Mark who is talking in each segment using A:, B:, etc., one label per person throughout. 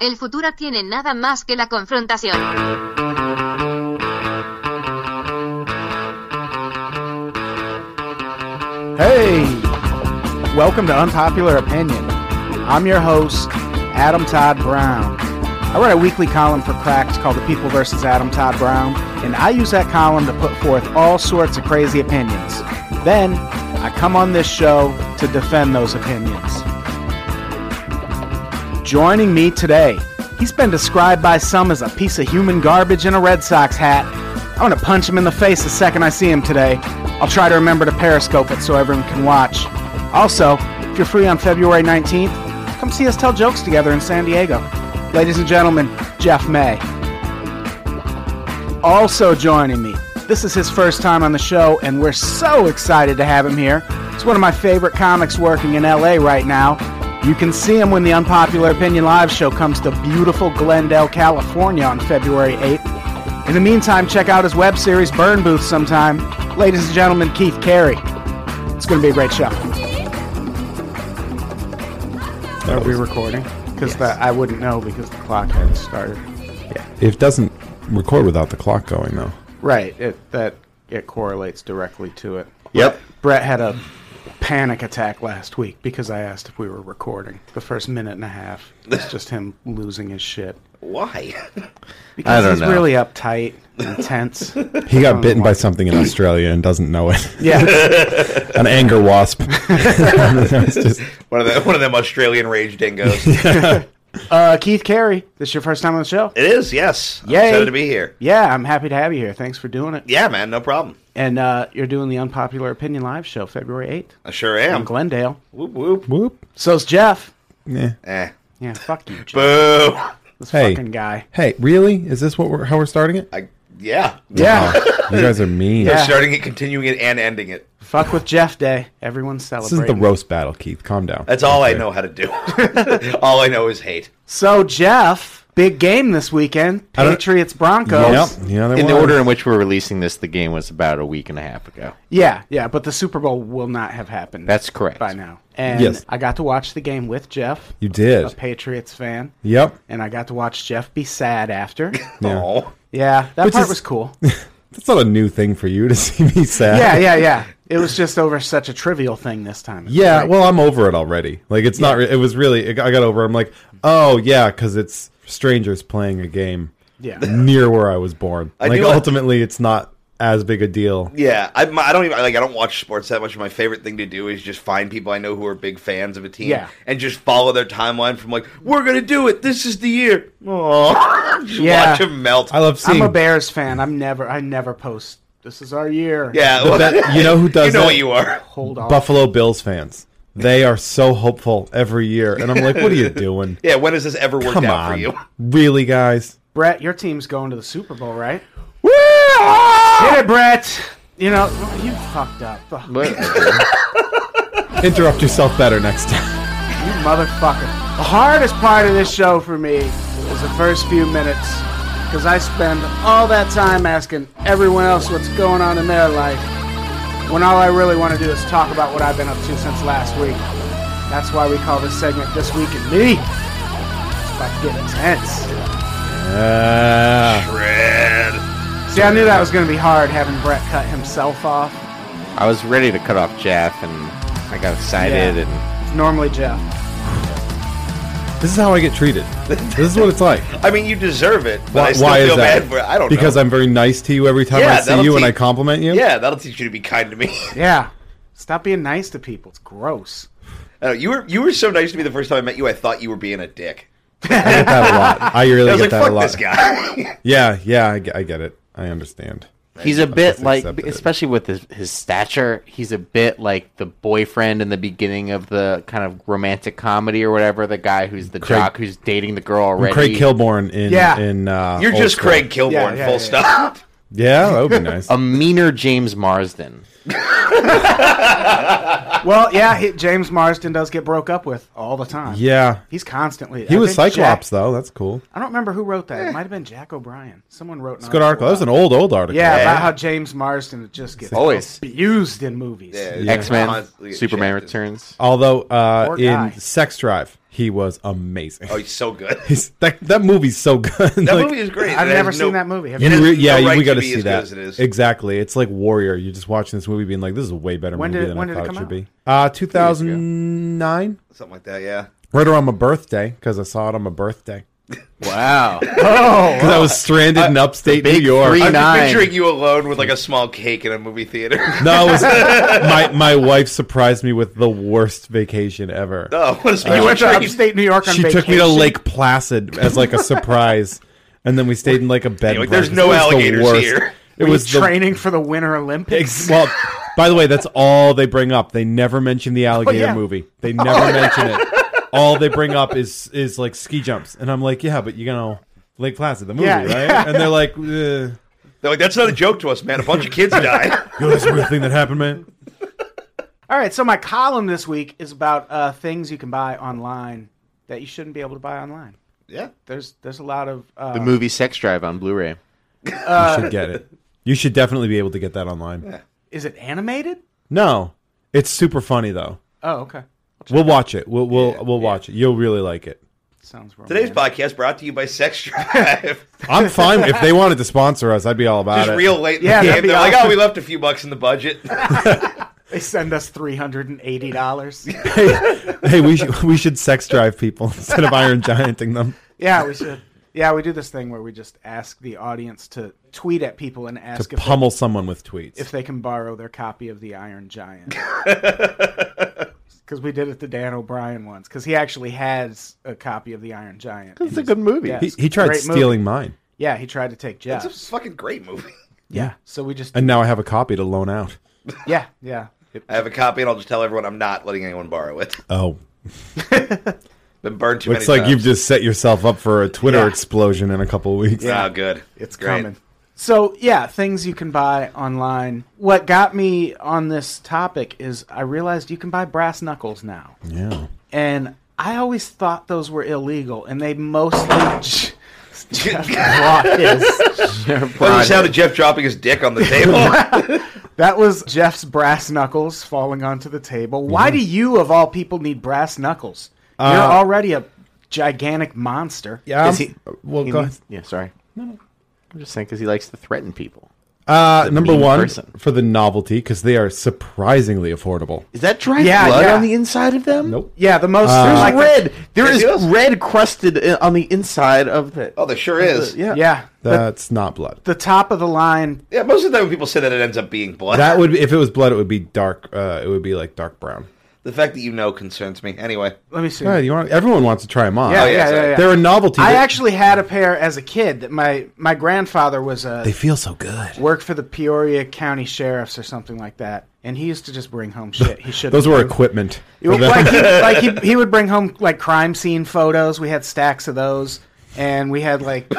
A: El futuro tiene nada más que la confrontación.
B: Hey, welcome to Unpopular Opinion. I'm your host, Adam Todd Brown. I write a weekly column for Cracked called The People vs. Adam Todd Brown, and I use that column to put forth all sorts of crazy opinions. Then, I come on this show to defend those opinions. Joining me today, he's been described by some as a piece of human garbage in a Red Sox hat. I'm gonna punch him in the face the second I see him today. I'll try to remember to periscope it so everyone can watch. Also, if you're free on February 19th, come see us tell jokes together in San Diego. Ladies and gentlemen, Jeff May. Also joining me, this is his first time on the show, and we're so excited to have him here. It's one of my favorite comics working in LA right now. You can see him when the Unpopular Opinion Live show comes to beautiful Glendale, California on February 8th. In the meantime, check out his web series Burn Booth sometime. Ladies and gentlemen, Keith Carey. It's going to be a great show. Are we recording? Because I wouldn't know because the clock hadn't started.
C: It doesn't record without the clock going though.
B: Right. It that it correlates directly to it.
D: Yep.
B: Brett had a panic attack last week because I asked if we were recording. The first minute and a half it's just him losing his shit
D: Why?
B: because
D: don't
B: he's
D: know.
B: really uptight and tense.
C: He got bitten by something in Australia and doesn't know it.
B: yeah,
C: An anger wasp. It's just-
D: One of the one of them Australian rage dingoes.
B: uh, Keith Carey. This is your first time on the show.
D: It is, yes.
B: Yay.
D: I'm excited to be here.
B: Yeah, I'm happy to have you here. Thanks for doing it.
D: Yeah, man, no problem.
B: And uh, you're doing the unpopular opinion live show February 8th
D: I sure am.
B: in Glendale.
D: Whoop whoop.
C: whoop.
B: So's Jeff.
C: Yeah.
D: Eh.
B: Yeah, fuck you, Jeff.
D: Boo.
B: This
C: Hey.
B: fucking guy.
C: Hey, really? Is this what we're how we're starting it?
D: I yeah.
B: Yeah.
C: Wow, you guys are mean.
B: Yeah.
D: Starting it, continuing it, and ending it.
B: Fuck with Jeff Day. Everyone's
C: This isn't
B: celebrating.
C: the roast battle, Keith. Calm down.
D: That's all I know how to do. all I know is hate.
B: so Jeff, big game this weekend.
C: I don't-
B: Patriots Broncos.
C: Yep. Yeah, there
E: in the
C: was.
E: order in which we're releasing this, the game was about a week and a half ago.
B: Yeah, yeah, but the Super Bowl will not have happened.
E: That's correct.
B: by now. And
C: Yes.
B: I got to watch the game with Jeff,
C: You
B: a
C: did.
B: Patriots fan,
C: Yep.
B: and I got to watch Jeff be sad after.
C: Yeah.
D: Oh.
B: yeah, that part
C: is-
B: was cool.
C: That's not a new thing for you to see me sad.
B: yeah, yeah, yeah. It was just over such a trivial thing this time.
C: Yeah, well, I'm over it already. Like it's not. re- It was really. It, I got over. It. I'm like, oh yeah, because it's strangers playing a game.
B: Yeah.
C: near where I was born.
D: I
C: like
D: do like-
C: ultimately, it's not as big a deal.
D: Yeah, I, my, I don't even like. I don't watch sports that much. My favorite thing to do is just find people I know who are big fans of a team,
B: Yeah.
D: and just follow their timeline from like, "We're gonna do it. This is the year." Oh, just
B: Yeah.
D: watch them melt.
C: I love
B: I'm
C: seeing.
B: a Bears fan. I'm never, I never post. This is our year.
D: yeah, well,
C: that- you know who does
D: you know
C: that?
D: what you are.
B: hold on.
C: Buffalo Bills fans. They are so hopeful every year, and I'm like, what are you doing?
D: Yeah, when has this ever worked
C: Come on,
D: out for you?
C: really, guys?
B: Brett, your team's going to the Super Bowl, right?
C: Woo!
B: Get it, Brett. You know, you fucked up. Ugh, You
C: Interrupt yourself better next time.
B: motherfucker. The hardest part of this show for me was the first few minutes because I spend all that time asking everyone else what's going on in their life when all I really want to do is talk about what I've been up to since last week. That's why we call this segment This Week in Me. It's about to get intense.
C: Ah.
B: See, I knew that was going to be hard having Brett cut himself off.
E: I was ready to cut off Jeff, and I got excited,
B: Yeah.
E: and
B: It's normally Jeff.
C: this is how I get treated. This is what it's like.
D: I mean, you deserve it, but
C: Why,
D: I still
C: why
D: feel
C: is that?
D: bad for it. I don't
C: because
D: know.
C: I'm very nice to you every time
D: Yeah,
C: I see
D: that'll
C: you and
D: teach-
C: I compliment you.
D: yeah, that'll teach you to be kind to me.
B: Yeah. Stop being nice to people. It's gross.
D: I know, Uh, you were you were so nice to me the first time I met you. I thought you were being a dick.
C: I get that a lot. I really
D: I was
C: get that
D: like,
C: a
D: fuck
C: lot.
D: this guy.
C: Yeah, yeah, I, get- I get it. I understand.
E: he's a bit
C: just
E: like,
C: accepted it.
E: especially with his, his stature, he's a bit like the boyfriend in the beginning of the kind of romantic comedy or whatever. The guy who's the
C: Craig-
E: jock who's dating the girl already.
C: Craig Kilborn in
B: Yeah.
C: in uh,
D: You're
C: Old
D: just
C: School.
D: Craig Um, Kilborn,
B: Yeah, yeah,
D: full
B: yeah.
D: stop.
C: Yeah, that would be nice.
E: a meaner James Marsden.
B: Well, yeah, he, James Marsden does get broke up with all the time.
C: yeah,
B: He's constantly.
C: he
B: I
C: was
B: think
C: Cyclops
B: Jack-
C: though. That's cool.
B: I don't remember who wrote that. It might have been Jack O'Brien. Someone wrote an
C: It's a good article. That was an old old article.
B: Yeah,
D: Oh, Yeah.
B: about how James Marsden just gets
E: Always.
B: abused in movies.
D: Yeah,
C: Yeah.
E: X Men,
D: Constantly get
E: Superman
D: shafted.
E: Returns.
C: Although uh,
B: Poor guy.
C: in Sex Drive, He was amazing.
D: Oh, he's so good.
C: He's, that that movie's so good.
D: That
C: Like,
D: movie is great.
B: I've
D: It has
B: never seen
D: no-
B: that movie. Have
C: you
B: you?
D: has
C: re-
D: no
C: yeah,
D: right
C: we got to
D: to be
C: see
D: as good
C: that.
D: as it is.
C: Exactly. It's like Warrior. You're just watching this movie, being like, "This is a way better
B: When
C: movie
B: did-
C: than
B: when
C: I
B: did it
C: thought
B: come
C: it should
B: out?
C: be." Uh, 2009,
D: Something like that. Yeah.
C: right around my birthday, because I saw it on my birthday.
E: Wow.
C: Because I was stranded in upstate New
E: big
C: York.
E: three
D: I'm just
E: Nine.
D: picturing you alone with like a small cake in a movie theater.
C: No, it was my my wife surprised me with the worst vacation ever.
D: oh, what a special
B: You went to
D: treat.
B: upstate New York on
C: she
B: vacation.
C: took me to Lake Placid as like a surprise, and then we stayed in like a bed. and
D: like, there's
C: breakfast.
D: no
C: It was the
D: alligators
C: worst.
D: here.
C: It
B: Were you
C: was the
B: training for the Winter Olympics.
C: Ex- well, by the way, that's all they bring up. They never mention the alligator
B: Oh, yeah.
C: movie. They never mention it. All they bring up is is like ski jumps, and I'm like, yeah, but you know, Lake Placid, the movie,
B: Yeah.
C: right? And they're like, eh,
D: They're like, that's not a joke to us, man. A bunch of kids died.
C: yo, that's a real thing that happened, man.
B: All right, so my column this week is about uh, things you can buy online that you shouldn't be able to buy online.
D: yeah.
B: There's there's a lot of uh,
E: the movie Sex Drive on Blu-ray.
C: you should get it. You should definitely be able to get that online.
B: is it animated?
C: No, it's super funny though.
B: Oh, okay.
C: We'll watch it. We'll we'll we'll watch it. You'll really like it.
B: Sounds wrong.
D: Today's podcast brought to you by Sex Drive.
C: I'm fine if they wanted to sponsor us. I'd be all about
D: Just
C: it.
D: real late in
B: Yeah,
D: the
B: that'd
D: game.
B: be
D: They're like,
B: awesome.
D: oh, we left a few bucks in the budget.
B: They send us three hundred and eighty dollars.
C: hey, hey, we should we should sex drive people instead of iron gianting them.
B: yeah, we should. Yeah, we do this thing where we just ask the audience to tweet at people and ask
C: to
B: if
C: pummel someone with tweets.
B: if they can borrow their copy of the Iron Giant. Because we did it to Dan O'Brien once, because he actually has a copy of the Iron Giant.
E: It's a good movie.
B: Yeah.
C: he, he tried
B: Great movie.
C: stealing mine,
B: Yeah, he tried to take
D: It's a
B: Jeff's.
D: fucking great movie.
B: Yeah, so we just
C: and now I have a copy to loan out.
B: yeah yeah.
D: I have a copy, and I'll just tell everyone I'm not letting anyone borrow it.
C: Oh,
D: Been burned too
C: looks
D: many
C: like
D: times.
C: you've just set yourself up for a Twitter
B: Yeah.
C: explosion in a couple of weeks.
D: Yeah, Oh, good.
B: It's
D: Great.
B: coming. So yeah, things you can buy online. What got me on this topic is I realized you can buy brass knuckles now,
C: Yeah.
B: and I always thought those were illegal, and they mostly. j- Jeff brought his.
D: That was the sound of Jeff dropping his dick on the table.
B: That was Jeff's brass knuckles falling onto the table. Why do you, of all people, need brass knuckles? You're
C: Uh,
B: already a gigantic monster.
C: Yeah.
E: Is he-
C: well,
E: He
C: go ahead.
E: needs- Yeah, sorry. No, no. I'm just saying because he likes to threaten people.
C: Uh, number
E: mean
C: one
E: person.
C: for the novelty because they are surprisingly affordable.
E: Is that dried
B: Yeah,
E: blood
B: yeah.
E: on the inside of them?
C: Nope.
B: Yeah, the most
E: There's
B: like the-
E: red. There is
D: is?
E: red crusted i- on the inside of the.
D: oh, there sure is.
E: yeah.
B: yeah, the,
C: That's not blood.
B: the top of the line.
D: Yeah, most of the time when people say that, it ends up being blood.
C: That would be, if it was blood, it would be dark. Uh, it would be like dark brown.
D: the fact that you know concerns me. Anyway,
B: Let me see.
C: Yeah, you want, everyone wants to try them on.
B: Yeah,
D: Oh,
B: yeah,
D: yeah,
B: yeah,
D: so
B: yeah.
C: They're a novelty.
B: I
C: They-
B: actually had a pair as a kid that my my grandfather was a
C: they feel so good.
B: worked for the Peoria County Sheriffs or something like that, and he used to just bring home shit. He should
C: Those were equipment. for them.
B: like, he, like he, he would bring home like crime scene photos. We had stacks of those, and we had like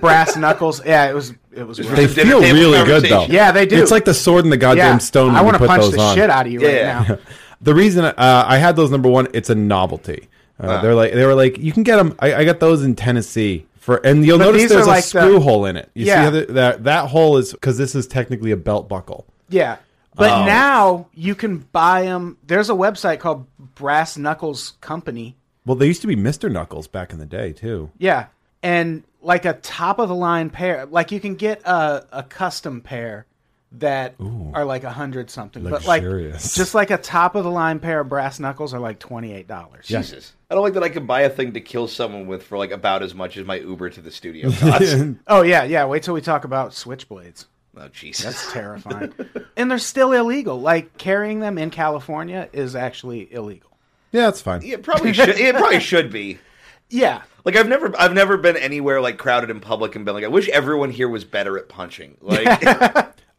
B: brass knuckles. Yeah, it was it was. rough.
C: They
D: The dinner
C: feel
D: table
C: really good though.
D: conversation.
B: Yeah, they do.
C: It's like the sword and the goddamn
B: yeah,
C: stone. When
B: I
C: want
B: wanna
C: to
B: punch
C: those
B: the
C: on.
B: shit out of you
D: Yeah.
B: right now.
C: The reason uh, I had those number one, it's a novelty. Uh, They're like they were like you can get them. I, I got those in Tennessee for, and you'll
B: But
C: notice
B: these are
C: there's a
B: like the-
C: screw hole in it. You see
B: Yeah.
C: how the, that that hole is because this is technically a belt buckle.
B: Yeah. But now you can buy them. There's a website called Brass Knuckles Company.
C: Well, they used to be Mister Knuckles back in the day too.
B: Yeah. And like a top of the line pair, like you can get a, a custom pair that are like a hundred something, but like
C: Luxurious.
B: just like a top of the line pair of brass knuckles are like twenty eight dollars.
D: Jesus. I don't like that I can buy a thing to kill someone with for like about as much as my Uber to the studio costs.
B: Oh yeah, yeah. Wait till we talk about switchblades.
D: oh, Jesus.
B: It's terrifying, and they're still illegal. Like carrying them in California is actually illegal.
C: Yeah, that's fine.
D: It probably should. It probably should be.
B: Yeah,
D: Like I've never, I've never been anywhere like crowded in public and been like, I wish everyone here was better at punching. Like,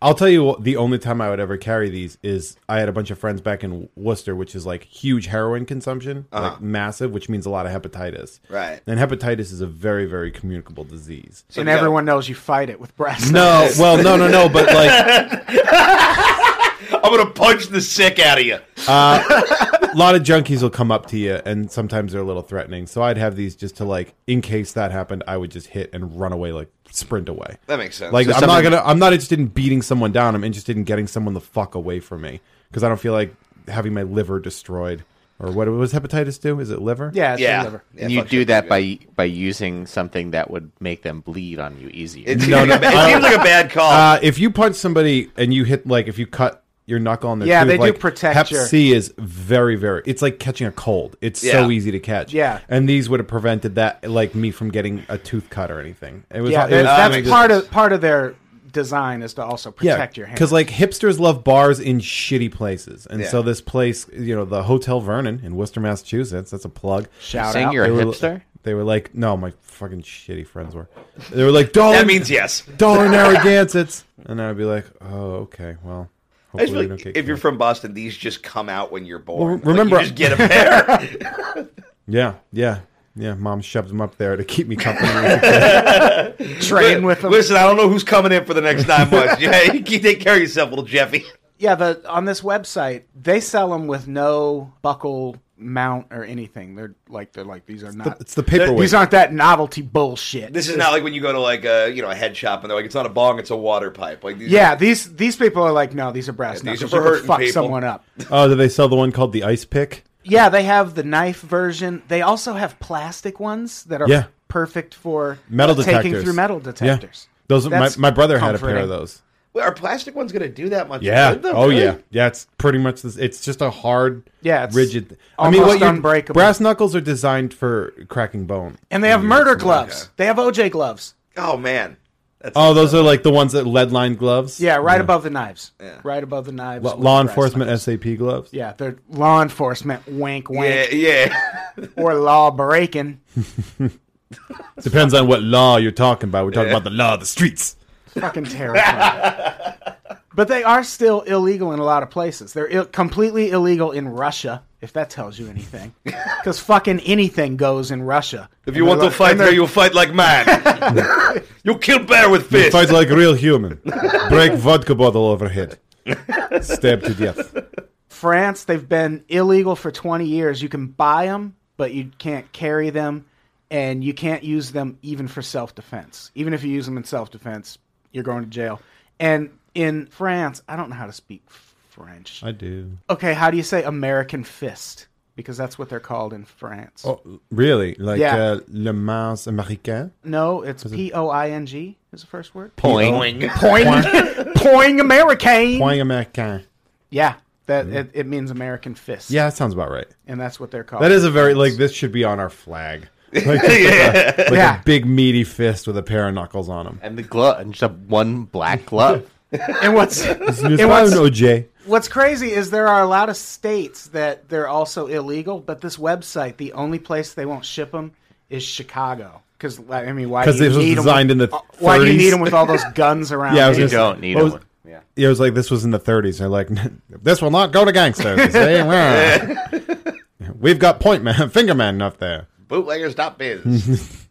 C: I'll tell you what, the only time I would ever carry these is I had a bunch of friends back in Worcester, which is like huge heroin consumption, like massive, which means a lot of hepatitis.
D: Right.
C: And hepatitis is a very, very communicable disease.
D: So
B: and
D: you got-
B: everyone knows you fight it with brass.
C: No, well, no, no, no, but like
D: I'm gonna punch the sick out of you.
C: a lot of junkies will come up to you, and sometimes they're a little threatening. So I'd have these just to like, in case that happened, I would just hit and run away, like sprint away.
D: That makes sense.
C: Like
D: So
C: I'm
E: something-
C: not gonna, I'm not interested in beating someone down. I'm interested in getting someone the fuck away from me because I don't feel like having my liver destroyed. or what was hepatitis do? Is it liver?
B: Yeah, it's
D: yeah.
B: the liver.
D: Yeah,
E: and you
D: fuck shit's
E: do that
D: pretty
E: by by using something that would make them bleed on you easier.
D: good. It seems,
C: No,
D: like,
C: no,
D: a ba-
C: I
D: it
C: don't-
D: seems like a bad call.
C: Uh, if you punch somebody and you hit like if you cut your knuckle on their
B: Yeah,
C: tooth,
B: they do
C: like,
B: protect
C: Hep
B: your-
C: C is very very. It's like catching a cold. It's so
D: Yeah.
C: easy to catch.
B: Yeah.
C: and these would have prevented that like me from getting a tooth cut or anything. It was
B: Yeah,
C: it was,
B: that-
D: makes
B: that's part
D: sense.
B: of part of their design is to also protect your hand.
C: Because like hipsters love bars in shitty places, and
D: Yeah.
C: so this place, you know, the Hotel Vernon in Worcester, Massachusetts. That's a plug.
B: Shout
E: Saying
B: out.
E: you're a
C: They were-
E: hipster.
C: They were like, no, my fucking shitty friends were. They were like, dollar.
D: that means yes.
C: dollar Narragansetts, and I'd be like, oh, okay, well.
D: I just
C: hopefully we
D: feel like
C: don't get
D: if you're
C: killed.
D: from Boston, these just come out when you're born.
C: Well,
D: Like,
C: remember-
D: you just get a pair.
C: Yeah, yeah, yeah. Mom shoved him up there to keep me company. as a kid.
B: Train with them.
D: Listen, I don't know who's coming in for the next nine months. Yeah, you take care of yourself, little Jeffy.
B: Yeah, the on this website they sell them with no buckle mount or anything. They're like they're like these are not
C: it's the paperweight.
B: These aren't that novelty bullshit.
D: This is not like when you go to like a you know a head shop and they're like it's not a bong, it's a water pipe. Like these
B: yeah, these these people are like no, these are brass
D: Yeah, these
B: knuckles.
D: are for
B: you could
D: hurting
B: fuck
D: people.
B: someone up.
C: oh, did they sell the one called the ice pick?
B: Yeah, they have the knife version. They also have plastic ones that are
C: Yeah.
B: perfect for
C: Metal
B: taking
C: detectors.
B: through metal
C: Yeah.
B: detectors.
C: Those my,
B: That's
C: my brother had a pair
B: comforting.
C: of those.
D: Wait, are plastic ones going to do that much?
C: Yeah.
D: good, though?
C: oh
D: Really?
C: yeah. Yeah. It's pretty much this. It's just a hard.
B: Yeah, it's
C: rigid.
B: almost
C: you're-
B: unbreakable.
C: Brass knuckles are designed for cracking bone.
B: And they have
C: Yeah,
B: murder
C: it's like-
B: gloves. They have OJ gloves.
D: Oh man. That's
C: Oh, those are like the ones that lead lined gloves.
B: Yeah, right above the knives. Right above the knives.
C: L-
B: with
C: law
B: the brass
C: enforcement
B: knuckles.
C: SAP gloves.
B: Yeah, they're law enforcement wink
D: yeah,
B: wink
D: yeah.
B: or law breaking.
C: Depends on what law you're talking about. We're talking about the law of the streets.
B: Fucking terrifying. but they are still illegal in a lot of places. They're Ill- completely illegal in Russia, if that tells you anything. Because fucking anything goes in Russia.
D: If you want to fight here, you fight like man. you kill bear with
C: You
D: fist.
C: Fight like a real human. Break vodka bottle overhead. Stab to death.
B: France, they've been illegal for 20 years. You can buy them, but you can't carry them, and you can't use them even for self defense. Even if you use them in self defense, you're going to jail. And in France, I don't know how to speak French.
C: I do.
B: Okay, how do you say American fist? Because that's what they're called in France.
C: Oh, really? Like
B: Yeah.
C: uh, le mans américain?
B: No, it's P O I N G is the first word.
E: Poing.
D: Boing.
B: Poing, poing American.
C: Point américain.
B: Yeah, that it, it means American fist.
C: Yeah, that sounds about right.
B: and that's what they're called.
C: That is a
B: in
C: very
B: France.
C: like this should be on our flag. Like, a, like a
B: Yeah.
C: big meaty fist with a pair of knuckles on him.
E: And the glove, and just a- one black glove.
B: And what's
C: It's
B: and
C: not
B: what's
C: an OJ.
B: What's crazy is there are a lot of states that they're also illegal, but this website, the only place they won't ship them is Chicago. Because I mean, why?
C: 'Cause
B: do you
C: this was
B: need 'em
C: designed
B: with-
C: in the
B: uh, Why do you
C: 30s?
B: need them with all those guns around?
C: Yeah, I was
E: You
C: gonna say-
E: don't need
C: what was-
E: them. Yeah.
C: It was like this was in the 30s. They're like, this will not go to gangsters. They- We've got point man, finger man up there.
D: Bootleggers dot biz.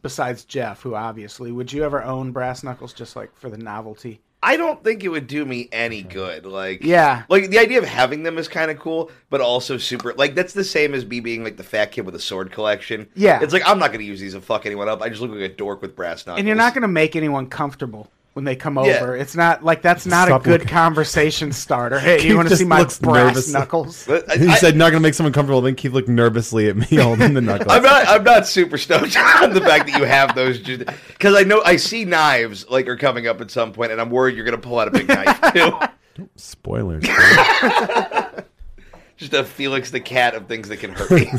B: Besides Jeff, who obviously, would you ever own brass knuckles just like for the novelty?
D: I don't think it would do me any good. Like
B: Yeah.
D: like the idea of having them is kind of cool, but also super like that's the same as me being like the fat kid with a sword collection.
B: Yeah.
D: it's like I'm not going to use these to fuck anyone up. I just look like a dork with brass knuckles.
B: And you're not going to make anyone comfortable when they come
D: Yeah.
B: over. It's not like that's not
C: Stop
B: a good
C: looking.
B: conversation starter. Hey,
C: Keith
B: you want to see
C: just
B: my
C: looks
B: brass
C: nervous.
B: knuckles?
D: But I-
C: He
D: I-
C: said, not going to make someone comfortable. Then Keith looked nervously at me holding the knuckles.
D: I'm not. I'm not super stoked on the fact that you have those, because I know I see knives like are coming up at some point, and I'm worried you're gonna pull out a big knife too.
C: Spoilers.
D: Just a Felix the cat of things that can hurt me.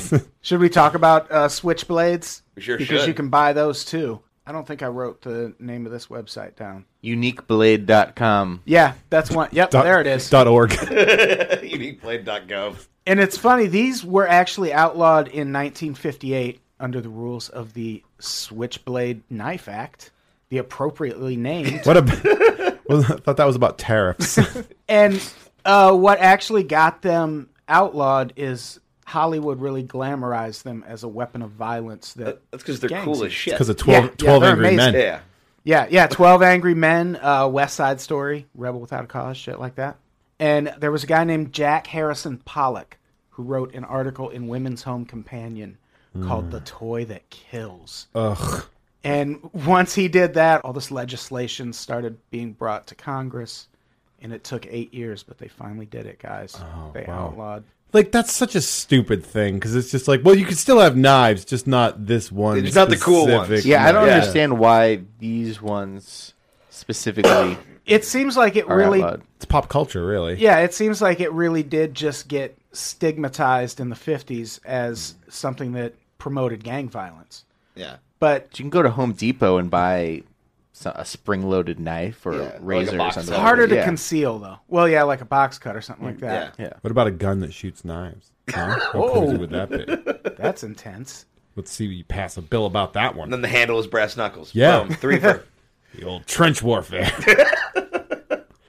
B: Should we talk about uh, switchblades?
D: We sure
B: because
D: should.
B: you can buy those too. I don't think I wrote the name of this website down.
E: Uniqueblade.com.
B: Yeah, that's one. Yep,
C: Dot-
B: there it is.
C: Dot org.
D: Uniqueblade.gov.
B: And it's funny; these were actually outlawed in 1958 under the rules of the Switchblade Knife Act, the appropriately named.
C: What a. Well, I thought that was about tariffs.
B: and uh, what actually got them outlawed is Hollywood really glamorized them as a weapon of violence. That
D: That's because they're
B: Gangs.
D: cool as shit.
C: Because of
B: Yeah,
C: 12,
B: yeah,
C: 12
B: they're
C: angry
B: amazing.
C: men.
D: yeah,
B: Yeah, yeah. Twelve Angry Men, uh, West Side Story, Rebel Without a Cause, shit like that. And there was a guy named Jack Harrison Pollock who wrote an article in Women's Home Companion called "The Toy That Kills."
C: Ugh.
B: And once he did that, all this legislation started being brought to Congress, and it took eight years, but they finally did it, guys. they
C: wow.
B: outlawed
C: Like that's such a stupid thing because it's just like, well, you could still have knives, just not this one.
D: It's not the cool
C: specific
D: ones.
E: Yeah, I don't
D: Yeah.
E: understand why these ones specifically
B: It seems like it
E: are
B: really
E: outlawed.
C: It's pop culture, really.
B: Yeah, it seems like it really did just get stigmatized in the 50s as something that promoted gang violence.
D: Yeah.
B: But
E: You can go to Home Depot and buy so- a spring-loaded knife or
D: Yeah, like a
E: razor or
D: box
E: something.
D: cutter.
B: harder to
E: Oh, Yeah.
B: conceal, though. Well, yeah, like a box cut or something like
D: Yeah.
B: that.
E: Yeah.
C: What about a gun that shoots knives? Huh? How crazy would that be?
B: That's intense.
C: Let's see you pass a bill about that
D: And then
C: one.
D: the handle is brass knuckles.
C: Yeah.
D: Boom. Three for
C: The old trench warfare.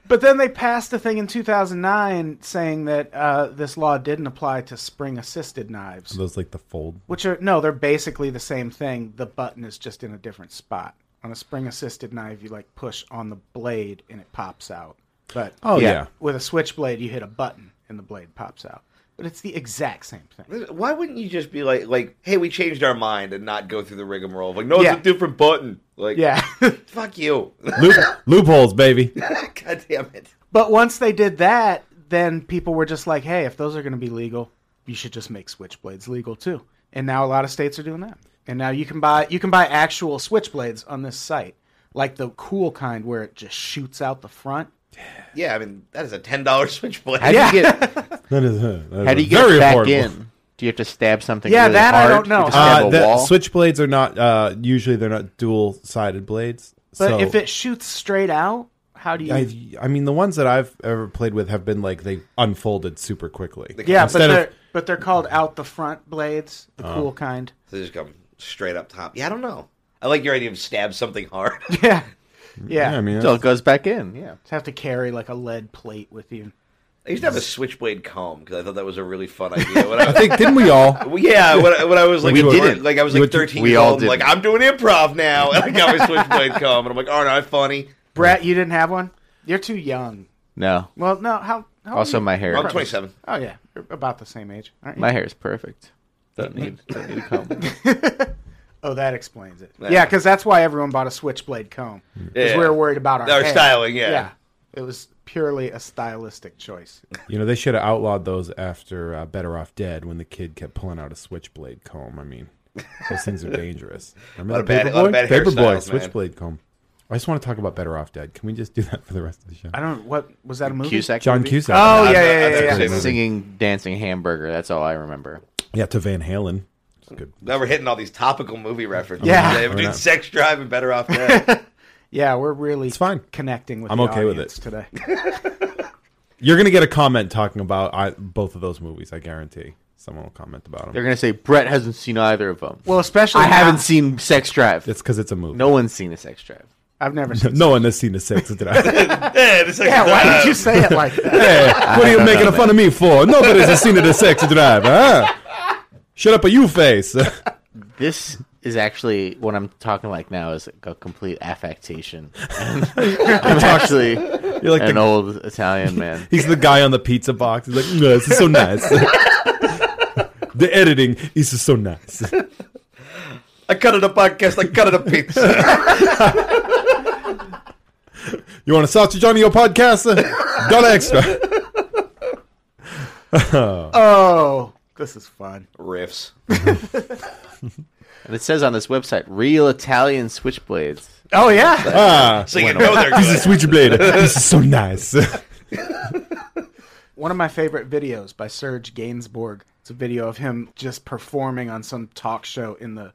B: But then they passed a thing in 2009 saying that uh, this law didn't apply to spring assisted knives,
C: Those like the fold.
B: which are, no, they're basically the same thing. The button is just in a different spot. On a spring assisted knife, you like push on the blade and it pops out. But
C: Oh yeah.
B: with a switchblade, you hit a button and the blade pops out. But it's the exact same thing.
D: Why wouldn't you just be like, like, hey, we changed our mind and not go through the rigmarole? of Like, no,
B: Yeah.
D: it's a different button. Like,
B: Yeah.
D: fuck you.
C: Loop- loopholes, baby.
D: God damn it.
B: but once they did that, then people were just like, hey, if those are going to be legal, you should just make switchblades legal too. And now a lot of states are doing that. And now you can buy you can buy actual switchblades on this site, like the cool kind where it just shoots out the front.
D: Yeah, I mean, that is a ten dollar switchblade.
E: How do you get
C: That is, that is
E: how do you get
C: very
E: it back
C: affordable.
E: in? Do you have to stab something?
B: Yeah,
E: really
B: that I
E: hard?
B: don't know.
E: You just
C: Uh,
E: stab a
C: the
E: wall?
C: switchblades are not uh, usually they're not dual sided blades.
B: But
C: so
B: if it shoots straight out, how do you?
C: I, I mean, the ones that I've ever played with have been like they unfolded super quickly.
B: yeah, but
C: instead of- Oh.
B: they're but they're called out the front blades, the cool kind.
D: They just come straight up top. Yeah, I don't know. I like your idea of stab something hard.
B: Yeah,
C: Yeah, I mean,
E: Still, it goes back in. Yeah.
B: have to carry like a lead plate with you.
D: I used to have a switchblade comb because I thought that was a really fun idea. When I,
C: I think didn't we all?
D: Well, yeah, when I, when I was like,
E: We
D: a-
E: didn't.
D: Like I was
C: We
D: like
C: did-
D: 13
E: we
D: years
E: all
D: old. and, Like
E: didn't.
D: I'm doing improv now, and I got my switchblade comb, and I'm like, aren't I funny?
B: Brett, you didn't have one. You're too young.
E: No.
B: Well, no. How? how
C: Oh,
B: old are
E: Also,
B: you?
E: my hair.
D: I'm 27.
B: Oh yeah, you're about the same age, aren't you?
E: My hair is perfect. Don't need, don't need a comb.
B: oh, that explains it.
D: Yeah.
B: Yeah, because that's why everyone bought a switchblade comb. Because
D: Yeah.
B: we were worried about our,
D: Our
B: hair.
D: styling, yeah.
B: It was purely a stylistic choice.
C: You know, they should have outlawed those after uh, Better Off Dead when the kid kept pulling out a switchblade comb. I mean, those things are dangerous. Remember
D: Lot of bad-
C: Paperboy?
D: lot of bad hairstyles, man.
C: Paperboy, switchblade comb. I just want to talk about Better Off Dead. Can we just do that for the rest of the show?
B: I don't. What was that a movie?
E: Cusack
C: John
E: movie?
C: Cusack. Uh,
B: Oh yeah,
D: I- I-
B: yeah, yeah,
D: I-
B: yeah, yeah.
D: movie.
E: Singing, dancing hamburger. That's all I remember.
C: yeah, to Van Halen. It's Good.
D: Now we're hitting all these topical movie references.
B: Yeah.
D: today. we're
C: We're
D: doing
C: not.
D: Sex Drive and Better Off Dead.
B: Yeah, we're really
C: It's fine.
B: connecting with.
C: I'm
B: the
C: okay with
B: audience
C: it.
B: today.
C: You're gonna get a comment talking about I, both of those movies. I guarantee someone will comment about
E: They're
C: them.
E: gonna say Brett hasn't seen either of them.
B: Well, especially
E: I haven't
B: now-
E: seen Sex Drive.
C: It's because it's a movie.
E: No one's seen a Sex Drive.
B: I've never seen.
C: no one has seen the six. Did I?
D: yeah, the Sex
B: Yeah, why
D: Drive.
B: did you say it like that?
C: hey, what are you
E: don't
C: making
E: know,
C: fun of me for? Nobody's seen the sex drive, huh? Shut up, a you face.
E: This is actually what I'm talking like now is a complete affectation. I'm actually
C: You're like
E: an
C: the,
E: old Italian man.
C: he's the guy on the pizza box. He's like, no, this is so nice. the editing is so nice.
D: I cut it a podcast. I cut it a pizza.
C: You want a sausage on your podcast? Dollar extra.
B: Oh, this is fun.
D: Riffs.
E: And it says on this website, real Italian switchblades.
B: Oh yeah.
C: Ah,
D: So you know they're
C: this is
D: good.
C: switchblade. This is so nice.
B: One of my favorite videos by Serge Gainsbourg. It's a video of him just performing on some talk show in the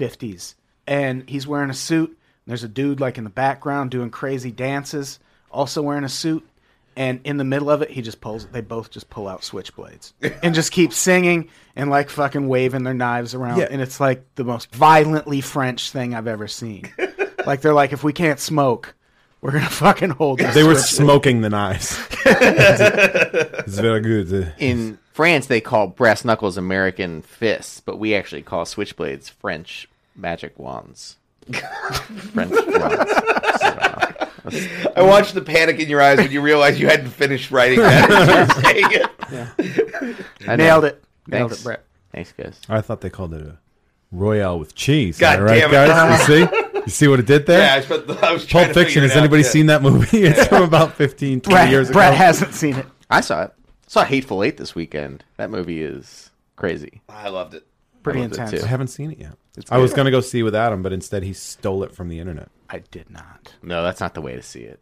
B: 50s. And he's wearing a suit. And there's a dude like in the background doing crazy dances, also wearing a suit. And in the middle of it, he just pulls. They both just pull out switchblades and just keep singing and like fucking waving their knives around.
C: Yeah.
B: And it's like the most violently French thing I've ever seen. like they're like, if we can't smoke, we're gonna fucking hold. these
C: They were
B: switch-"
C: smoking the knives. it's very good.
E: In France, they call brass knuckles American fists, but we actually call switchblades French magic wands. French wands. So, uh,
D: I watched the panic in your eyes when you realized you hadn't finished writing that. as you were saying it.
E: I know.
B: nailed it. Nailed
E: Thanks.
B: it, Brett.
E: Thanks, guys.
C: I thought they called it a Royale with cheese.
D: God
C: All right,
D: damn it.
C: guys. You see? You see what it did there?
D: Yeah, I, spent, I was trying
C: Pulp
D: to
C: Fiction.
D: figure it
C: Has anybody
D: out, yeah.
C: seen that movie? It's from about 15, 20
B: Brett,
C: years ago.
B: Brett hasn't seen it.
E: I saw it. saw Hateful Eight this weekend. That movie is crazy.
D: I loved it.
B: Pretty
E: loved it
B: intense.
E: too.
C: I haven't seen it yet. I was gonna go see with Adam, but instead he stole it from the internet.
B: I did not.
E: No, that's not the way to see it.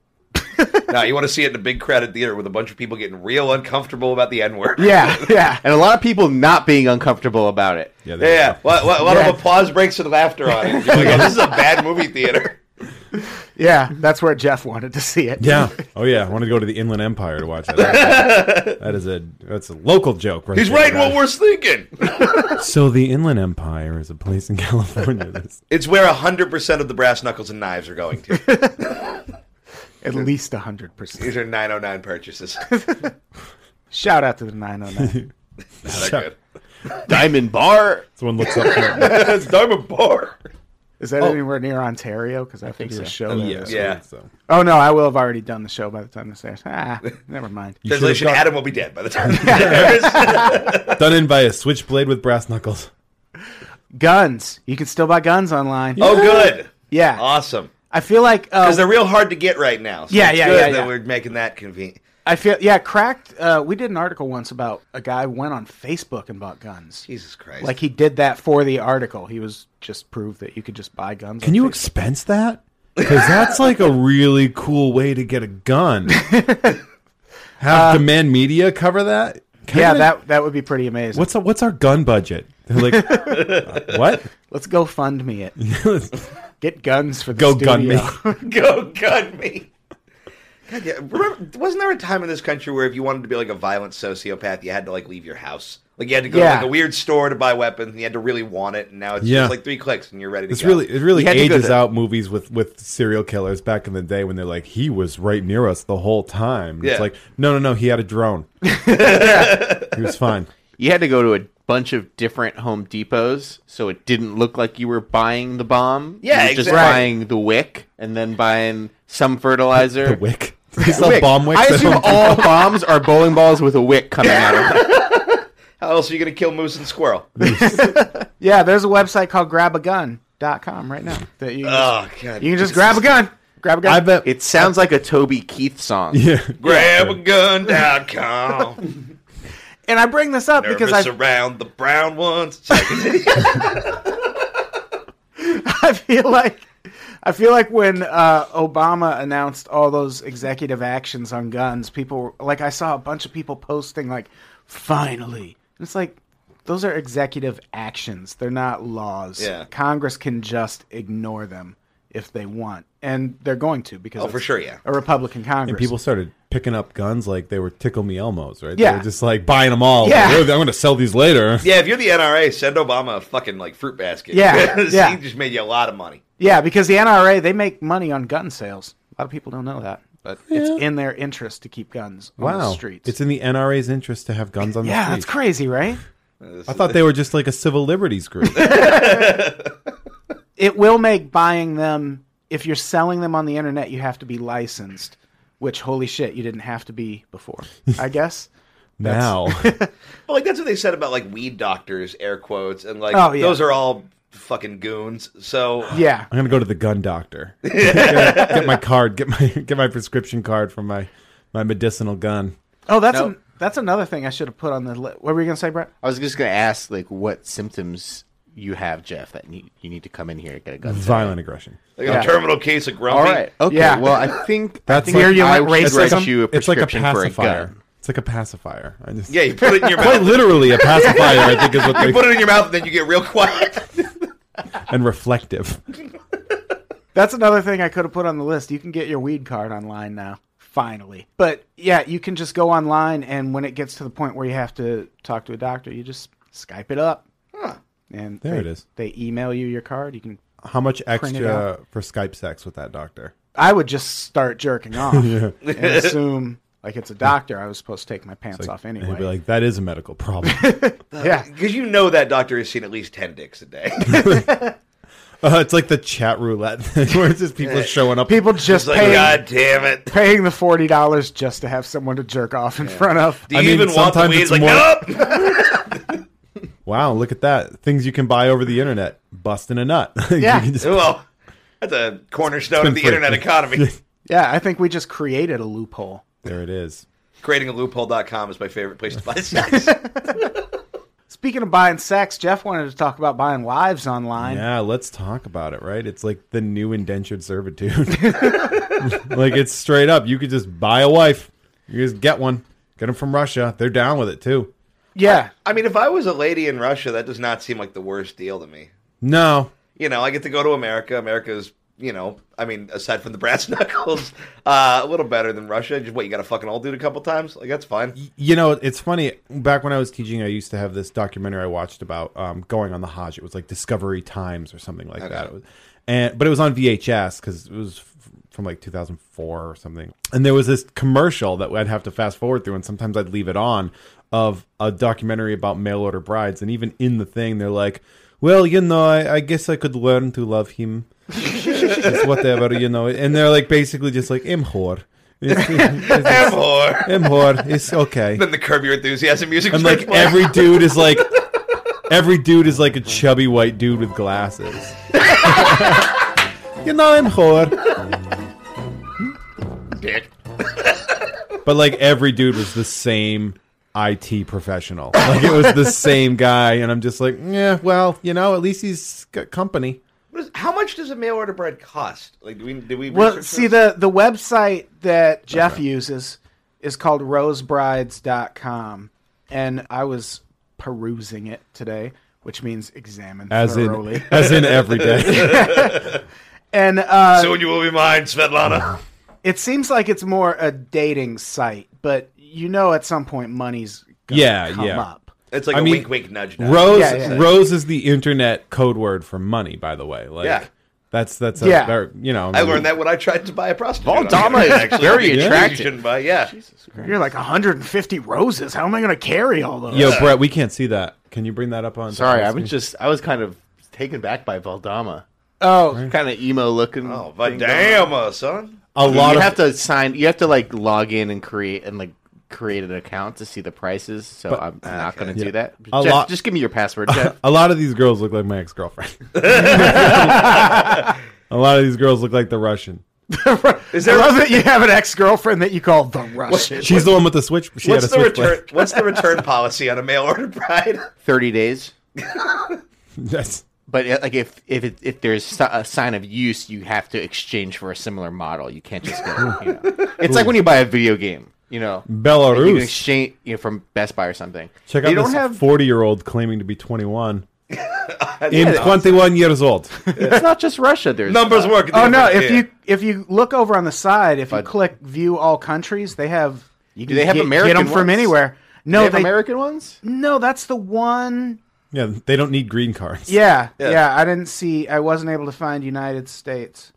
D: Now you want to see it in a big crowded theater with a bunch of people getting real uncomfortable about the N word.
B: Yeah, yeah.
E: And a lot of people not being uncomfortable about it.
C: Yeah,
D: Yeah,
C: there you
D: yeah.
C: go.
D: What, what, what
B: Yeah.
D: of applause breaks and laughter on it? You're like, oh, this is a bad movie theater.
B: Yeah, that's where Jeff wanted to see it.
C: Yeah. Oh yeah. I wanted to go to the Inland Empire to watch that. that is a that's a local joke, right?
D: He's
C: there,
D: right in
C: guys.
D: what we're thinking.
C: So the Inland Empire is a place in California. That's,
D: It's where hundred percent of the brass knuckles and knives are going to.
B: At least 100%.
D: These are nine oh nine purchases.
B: Shout out to the 909.
D: They're good.
E: Diamond Bar.
C: someone looks up. For,
D: it's Diamond Bar.
B: Is that anywhere near Ontario? Because I think it's a show. there.
C: yeah.
D: Yeah.
C: So.
B: Oh, no, I will have already done the show by the time this airs. Ah, never mind.
C: You should
D: Translation:
C: have
D: Adam will be dead by the time. this
C: got done in by a switchblade with brass knuckles.
B: Guns. You can still buy guns online.
D: oh, good.
B: yeah.
D: Awesome.
B: I feel like.
D: Because
B: Uh,
D: they're real hard to get right now. So
B: Yeah,
D: it's
B: yeah,
D: good
B: yeah,
D: That
B: yeah.
D: we're making that convenient.
B: I feel. Yeah, cracked. Uh, we did an article once about a guy went on Facebook and bought guns.
D: Jesus Christ.
B: Like he did that for the article. He was just proved that you could just buy guns.
C: Can
B: on
C: you
B: Facebook.
C: expense that? Because that's like a really cool way to get a gun.
E: Uh,
C: Have demand media cover that? Can
B: Yeah,
C: I-
B: that that would be pretty amazing.
C: What's our, what's our gun budget? They're like, uh, what?
B: Let's go fund me it. Get guns for the
C: Go
B: studio.
C: gun me.
D: go gun me. God, yeah. Remember, wasn't there a time in this country where if you wanted to be like a violent sociopath, you had to like leave your house? Like you had to go
B: Yeah.
D: to like a weird store to buy weapons, and you had to really want it. And now it's
C: Yeah.
D: just like three clicks, and you're ready to
C: It's
D: go.
C: really it really
E: You had to go
C: ages
E: to-
C: out movies with with serial killers back in the day when they're like he was right near us the whole time. And It's
D: Yeah.
C: like no no no he had a drone. he was fine.
E: You had to go to a bunch of different Home Depots, so it didn't look like you were buying the bomb.
D: Yeah,
E: you were just
D: exactly.
E: buying the wick and then buying some fertilizer.
C: The wick. They sell
E: Wick.
C: bomb wicks.
E: I
C: at
E: assume
C: Home
E: all bombs are bowling balls with a wick coming out of them.
D: How else are you gonna kill moose and squirrel?
B: Yeah, there's a website called grabagun.com right now that you can just,
D: Oh god,
B: you can just grab a gun. Grab a gun.
C: I bet.
E: It sounds like a Toby Keith song.
C: yeah.
D: grabagun.com.
B: and I bring this up because
D: Nervous
B: I
D: around the brown ones. It's like-
B: I feel like I feel like when uh, Obama announced all those executive actions on guns, people like I saw a bunch of people posting like finally. And it's like those are executive actions. They're not laws.
D: Yeah.
B: Congress can just ignore them if they want. And they're going to because
D: Oh, for
B: it's
D: sure, yeah.
B: A Republican Congress.
C: And people started picking up guns like they were tickle me elmos, right?
B: Yeah.
C: They were just like buying them all.
B: Yeah.
C: Like, "Oh, I'm going to sell these later.
D: yeah, if you're the NRA, send Obama a fucking like fruit basket.
B: Yeah, yeah.
D: he just made you a lot of money.
B: Yeah, because the NRA they make money on gun sales. A lot of people don't know that, but it's in their interest to keep guns on
C: Wow.
B: the streets.
C: It's in the NRA's interest to have guns on the
B: yeah, that's
C: streets.
B: crazy, right?
C: I thought they were just like a civil liberties group.
B: It will make buying them if you're selling them on the internet, you have to be licensed, which holy shit, you didn't have to be before. I guess.
C: now.
D: But like that's what they said about like weed doctors, air quotes, and like
B: Oh, yeah.
D: those are all fucking goons. So
B: Yeah.
C: I'm gonna go to the gun doctor. get my card. Get my get my prescription card from my my medicinal gun.
B: Oh, that's
E: No.
B: an- that's another thing I should have put on the list. What were you gonna say, Brett?
E: I was just going to ask, like, what symptoms you have, Jeff, that need, you need to come in here and get a gun.
C: Violent aggression.
D: like
B: Yeah.
D: a terminal case of grumpy. Oh,
E: All right. Okay.
B: Yeah.
E: Well, I think
C: That's
E: I think
C: like- Here
B: you
E: I
B: went
E: should
B: racism.
E: write you a
C: It's like a
E: prescription for a
C: pacifier.
E: gun.
C: It's like a pacifier. I just,
D: Yeah, you put it in your
C: quite
D: mouth.
C: literally a pacifier. I think is what
D: You
C: they
D: put it in your mouth, and then you get real quiet.
C: and reflective.
B: That's another thing I could have put on the list. You can get your weed card online now, finally. But yeah, you can just go online, and when it gets to the point where you have to talk to a doctor, you just Skype it up. And
C: There
B: they-
C: it is.
B: They email you your card. You can.
C: How much
B: it
C: extra
B: out.
C: for Skype sex with that doctor?
B: I would just start jerking off and assume like it's a doctor. I was supposed to take my pants off
C: And
B: anyway.
C: He'd be like, "That is a medical problem."
B: yeah,
D: Because you know that doctor has seen at least ten dicks a day.
C: uh, it's like the chat roulette thing where it's just people showing up.
B: people just
D: It's like,
B: paying,
D: God damn it!
B: paying the forty dollars just to have someone to jerk off in front of.
D: Do you
C: I mean,
D: even want the
C: sometimes
D: weed?
C: it's
D: It's like,
C: more-
D: nope.
C: Wow, look at that! Things you can buy over the internet. Busting a nut. You
B: Yeah.
C: can just-
D: well, that's a cornerstone
C: been
D: of the
C: free.
D: internet economy.
B: Yeah, I think we just created a loophole.
C: there it is.
D: Creatingaloophole.com is my favorite place to buy sex.
B: Speaking of buying sex, Jeff wanted to talk about buying wives online.
C: Yeah, let's talk about it, right? It's like the new indentured servitude. like it's straight up. You could just buy a wife. You just get one. Get them from Russia. They're down with it too.
B: Yeah.
D: I mean, if I was a lady in Russia, that does not seem like the worst deal to me.
C: No.
D: You know, I get to go to America. America's, you know, I mean, aside from the brass knuckles, uh, a little better than Russia. Just what you got to fucking all dude a couple times. Like that's fine.
C: You know, it's funny. Back when I was teaching, I used to have this documentary I watched about um, going on the Hajj. It was like Discovery Times or something like that. It was- and but it was on VHS because it was f- from like 2004 or something. And there was this commercial that I'd have to fast forward through, and sometimes I'd leave it on of a documentary about mail order brides. And even in the thing, they're like, "Well, you know, I, I guess I could learn to love him." It's whatever, you know. And they're like basically just like imhor. It's, it's,
D: Or
C: imhor. It's okay.
D: then the Curb Your Enthusiasm music.
C: And
D: starts
C: like
D: playing.
C: every dude is like every dude is like a chubby white dude with glasses. you know I'm whore.
D: dick.
C: But like every dude was the same IT professional. Like it was the same guy and I'm just like, yeah, well, you know, at least he's got company.
D: What is- how much does a mail order bread cost? Like, do we do we
B: Well,
D: research
B: see
D: this?
B: the the website that Jeff uses is called rosebrides.com and I was perusing it today, which means examine
C: As
B: thoroughly.
C: in as in every day.
B: and uh,
D: Soon you will be mine, Svetlana.
B: it seems like it's more a dating site, but you know at some point money's gonna
C: Yeah,
B: come
C: yeah.
B: up.
D: It's like a
C: mean,
D: wink, wink, nudge. nudge.
C: Rose
B: Yeah, yeah.
C: Rose is the internet code word for money, by the way. Like
D: Yeah.
C: that's that's
B: Yeah.
C: a, you know
D: I learned that when I tried to buy a prostitute.
E: Von Dama is very
D: You
E: attractive.
D: shouldn't buy. Yeah. Oh,
B: You're like 150 roses. How am I going to carry all those?
C: Yo, Brett, we can't see that. Can you bring that up on?
E: Sorry, I
C: on
E: was
C: screen?
E: just I was kind of taken back by Valdama.
B: Oh,
E: Kind of emo looking.
D: Oh, but damn, uh, son.
C: a
E: You
C: lot of
E: have to sign. You have to like log in and create and like create an account to see the prices. So I'm not going to do that.
C: A
E: Jeff,
C: lot-
E: just give me your password, Jeff.
C: a lot of these girls look like my ex girlfriend. a lot of these girls look like the Russian.
D: Is
B: I
D: there?
B: love that you have an ex-girlfriend that you call the Russian.
C: She's the one with the switch. She had
D: What's the
C: a switch
D: return? What's the return policy on a mail order bride?
E: Thirty days.
C: That's
E: But uh, like if if it, if there's si- a sign of use, you have to exchange for a similar model. You can't just go. you know. It's like when you buy a video game. You know, you can
C: Belarus.
E: exchange you know, from Best Buy or something.
C: Check
B: They
C: out
B: don't
C: this
B: have-
C: forty-year-old claiming to be twenty-one. In twenty-one years old,
E: It's not just Russia. There's
D: Numbers
E: uh,
D: work.
B: Oh no!
D: different,
B: If
D: yeah.
B: you if you look over on the side, if you
E: But-
B: click View All Countries, they have you
E: Do they have
B: get,
E: American
B: get them from
E: ones?
B: anywhere.
E: They
B: No,
E: have
B: they,
E: American ones.
B: no, that's the one.
C: yeah, they don't need green cards.
B: Yeah,
D: Yeah.
B: yeah, I didn't see. I wasn't able to find United States.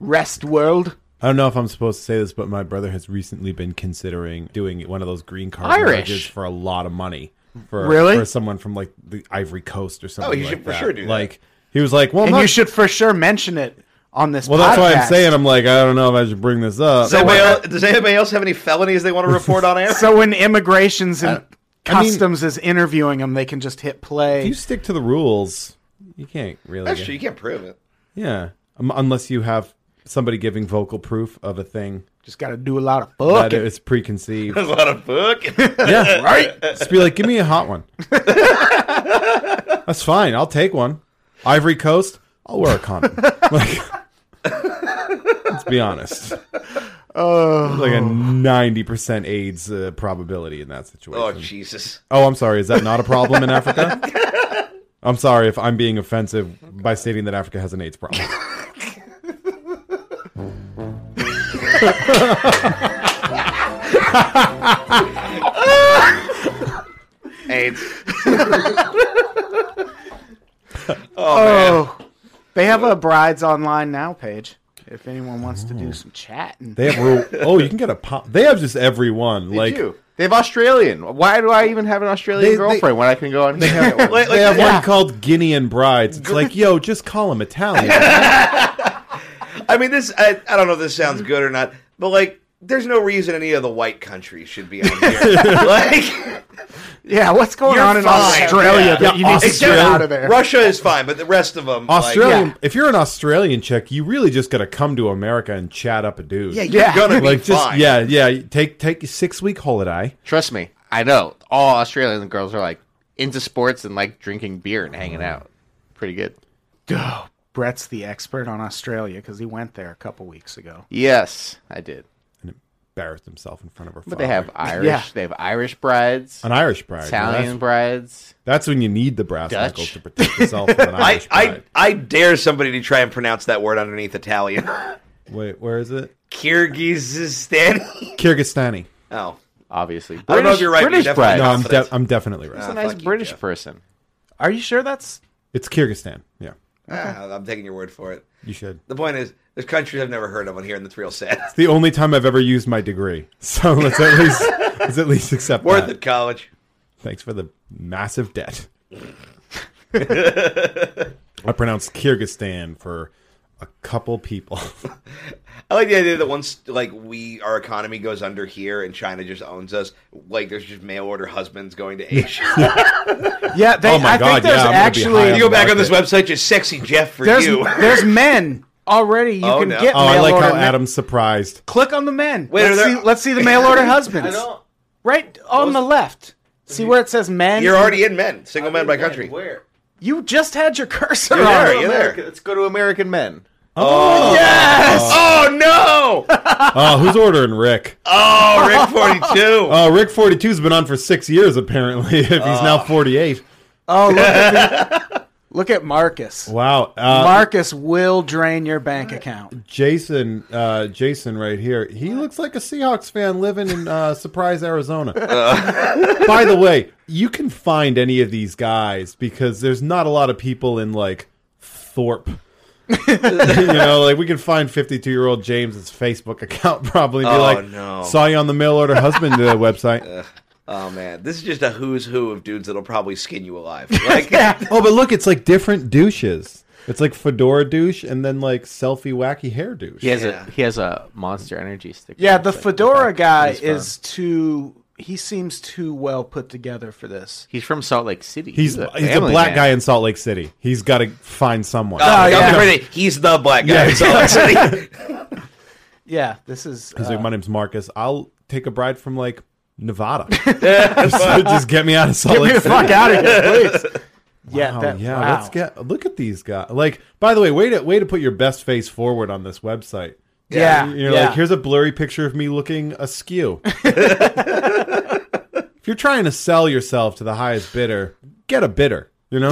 B: Rest world.
C: I don't know if I'm supposed to say this, but my brother has recently been considering doing one of those green card
E: Irish.
C: marriages for a lot of money. For,
B: Really?
C: For someone from like the Ivory Coast or something.
D: Oh, you
C: like
D: should for
C: that.
D: sure do that.
C: Like he was like, well,
B: And
C: not-
B: you should for sure mention it on this.
C: Well, that's why I'm
B: podcast.
C: saying I'm like I don't know if I should bring this up.
D: Does anybody, else, does anybody else have any felonies they want to report on air?
B: So when immigrations and
C: I mean-
B: customs is interviewing them, they can just hit play.
C: if you stick to the rules, you can't really.
D: That's
C: get-
D: true. You can't prove it.
C: Yeah, um, unless you have somebody giving vocal proof of a thing
B: just got to do a lot of
C: that
B: fucking.
C: is preconceived.
D: There's a lot of book.
C: yeah, right. Just be like, give me a hot one. That's fine. I'll take one. Ivory Coast. I'll wear a condom. Like, let's be honest. Oh, like a ninety percent AIDS uh, probability in that situation.
D: oh Jesus!
C: Oh, I'm sorry. Is that not a problem in Africa? I'm sorry if I'm being offensive by stating that Africa has an AIDS problem.
D: AIDS.
B: Oh, they have a brides online now page. If anyone wants to
C: Oh.
B: do some chatting,
C: They have rule. Oh, you can get a pop. They have just everyone.
E: They
C: like
E: do. They have Australian. Why do I even have an Australian
C: They- they-
E: girlfriend when I can go on?
D: Like,
C: they
D: like,
C: have one called Guinean brides. It's like, yo, just call them Italian.
D: I mean, this. I, I don't know if this sounds good or not, but like there's no reason any of the white countries should be on here. like,
B: Yeah, what's going
D: You're
B: on in
D: fine.
B: Australia
D: Yeah.
B: that you
C: Yeah,
B: need to get
D: except
B: out of there?
D: Russia is fine, but the rest of them,
C: Australian.
B: yeah.
C: If you're an Australian chick, you really just got to come to America and chat up a dude.
D: yeah, you're
B: Yeah.
D: gonna be
C: like just
D: fine.
C: yeah, yeah. Take take a six week holiday.
E: Trust me, I know. All Australian girls are like into sports and like drinking beer and hanging out. Pretty good.
B: Oh, Brett's the expert on Australia because he went there a couple weeks ago.
E: Yes, I did.
C: Embarrassed himself in front of her.
E: But they have Irish.
B: Yeah.
E: They have Irish brides,
C: an Irish bride.
E: Italian
C: That's,
E: brides.
C: that's when you need the brass
E: Dutch.
C: knuckles to protect yourself from an
D: I,
C: Irish
D: I
C: bride.
D: I dare somebody to try and pronounce that word underneath Italian.
C: Wait, where is it?
D: Kyrgyzstan.
C: Kyrgyzstani.
D: Oh,
E: Obviously,
D: I don't know if you're right.
E: British
D: but you're
E: brides.
C: No,
D: definitely
C: I'm
D: confident.
C: de- I'm definitely right.
E: It's a
D: Ah,
E: nice
D: fuck you,
E: British
D: Jeff.
E: person.
B: Are you sure that's
C: It's Kyrgyzstan. Yeah,
D: Ah, I'm taking your word for it.
C: you should.
D: The point is, there's countries I've never heard of on here, and that's real sad.
C: It's the only time I've ever used my degree. So let's at least let's at least accept
D: Worth
C: that.
D: it, college.
C: Thanks for the massive debt. I pronounced Kyrgyzstan for a couple people.
D: I like the idea that once like we our economy goes under here and China just owns us, like there's just mail order husbands going to Asia.
B: yeah? They,
C: Oh my
B: I
C: God,
B: think there's
C: yeah, I'm gonna be high
B: actually
D: you go back on this website, just sexy Jeff for
B: there's
D: you.
B: there's men already you
D: Oh,
B: can
D: no.
B: get
C: Oh, I
B: mail
C: like
B: order
C: how
B: men.
C: Adam's surprised.
B: Click on the men.
D: Wait, are
B: let's,
D: there-
B: see, let's see the mail order husbands. Right on the left. See where it says men.
D: You're already in men, single men by country.
E: Where?
B: You just had your cursor
D: You're
B: on.
D: there,
B: it.
D: you're
E: America.
D: there.
E: Let's go to American men.
B: Yes.
D: Oh no!
C: Oh, who's ordering Rick?
D: Oh, Rick forty two.
C: Oh, Rick 42's been on for six years, apparently, if he's now 48.
B: Oh, look at, the, look at Marcus.
C: Wow. Uh,
B: Marcus will drain your bank account.
C: Jason, uh, Jason right here, he looks like a Seahawks fan living in uh, Surprise, Arizona.
D: Uh.
C: By the way, you can find any of these guys because there's not a lot of people in like Thorpe. you know, like we can find 52 year old James's Facebook account probably and be
D: Oh,
C: like,
D: no.
C: saw you on the mail order husband uh, website.
D: Oh man, this is just a who's who of dudes that'll probably skin you alive. Like,
C: Oh, but look, it's like different douches. It's like fedora douche and then like selfie wacky hair douche.
E: He has
D: Yeah.
E: a he has a Monster Energy sticker.
B: Yeah, the
E: But-
B: fedora guy
E: He's from-
B: is too. He seems too well put together for this.
E: He's from Salt Lake City.
C: He's
E: a
C: he's a
E: family
C: black
E: man.
C: guy in Salt Lake City. He's got to find someone.
D: Oh,
B: yeah.
D: that's crazy. He's the black guy.
C: Yeah.
D: in Salt Lake City.
B: Yeah, this is.
C: He's
B: uh,
C: like, my name's Marcus. I'll take a bride from like Nevada. just, just get me out of Salt
B: get me
C: Lake
B: the
C: City.
B: uh, fuck out of here, please. yeah,
C: Oh,
B: that,
C: yeah,
B: wow.
C: let's get look at these guys. Like, by the way, way to way to put your best face forward on this website.
B: Yeah,
C: You're
B: yeah.
C: like, here's a blurry picture of me looking askew. if you're trying to sell yourself to the highest bidder, get a bidder. You know,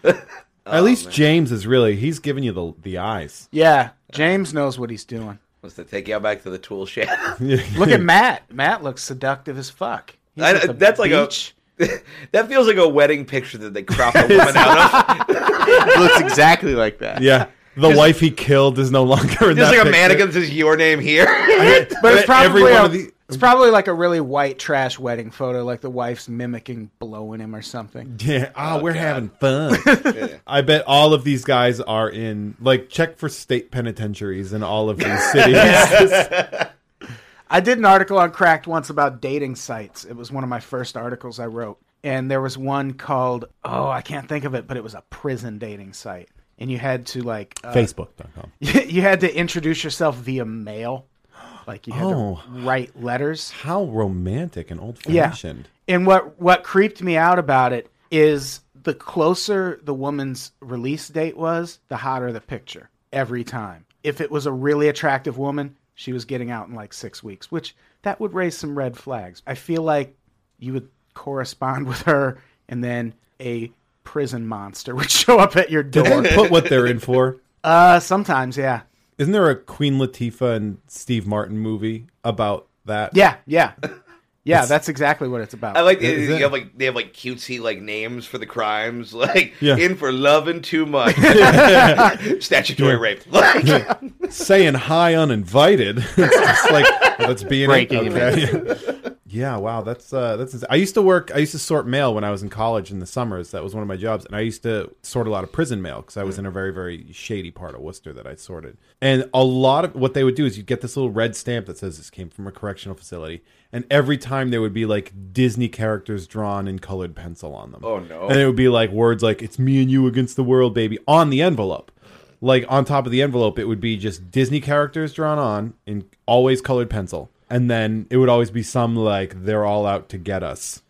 C: like
B: Oh,
C: at least James is really he's giving you the the eyes.
B: yeah. James knows what he's doing.
D: Wants to take you out back to the tool shed.
B: Look at Matt. Matt looks seductive as fuck. He's
D: I-
B: at the
D: that's like a-
B: beach.
D: that feels like a wedding picture that they crop a woman out of.
E: He looks exactly like that.
C: Yeah. The wife he killed is no longer in that
D: Just like a
C: picture.
D: mannequin that says your name here.
B: But it's
C: But every
B: probably
C: one
B: a,
C: of the-
B: it's probably like a really white trash wedding photo, like the wife's mimicking blowing him or something.
C: Yeah. Oh, we're having fun. I bet all of these guys are in like check for state penitentiaries in all of these cities.
B: I did an article on Cracked once about dating sites. It was one of my first articles I wrote, and there was one called oh I can't think of it, but it was a prison dating site, and you had to like uh,
C: Facebook.com.
B: you had to introduce yourself via mail, like you had
C: Oh.
B: to write letters.
C: How romantic and old
B: Yeah.
C: fashioned.
B: And what what creeped me out about it is the closer the woman's release date was, the hotter the picture every time. If it was a really attractive woman, she was getting out in like 6 weeks, which that would raise some red flags. I feel like you would correspond with her and then a prison monster would show up at your door.
C: Did they put what they're in for?
B: uh sometimes, yeah.
C: Isn't there a Queen Latifah and Steve Martin movie about that?
B: Yeah, yeah. Yeah, that's exactly what it's about.
D: I like the,
C: Is
D: you
C: it?
D: have like they have like cutesy like names for the crimes, like
C: Yeah.
D: in for loving too much, statutory rape. Like,
C: Saying hi uninvited. it's just like well, that's being
E: Breaking
C: okay. Yeah, wow, that's uh, that's. ins- I used to work. I used to sort mail when I was in college in the summers. That was one of my jobs, and I used to sort a lot of prison mail because I
D: Mm.
C: was in a very very shady part of Worcester that I sorted. And a lot of what they would do is you'd get this little red stamp that says this came from a correctional facility, and every time there would be like Disney characters drawn in colored pencil on them.
D: Oh, no.
C: And it would be like words like "It's me and you against the world, baby" on the envelope. Like on top of the envelope, it would be just Disney characters drawn on in always colored pencil, and then it would always be some like "They're all out to get us"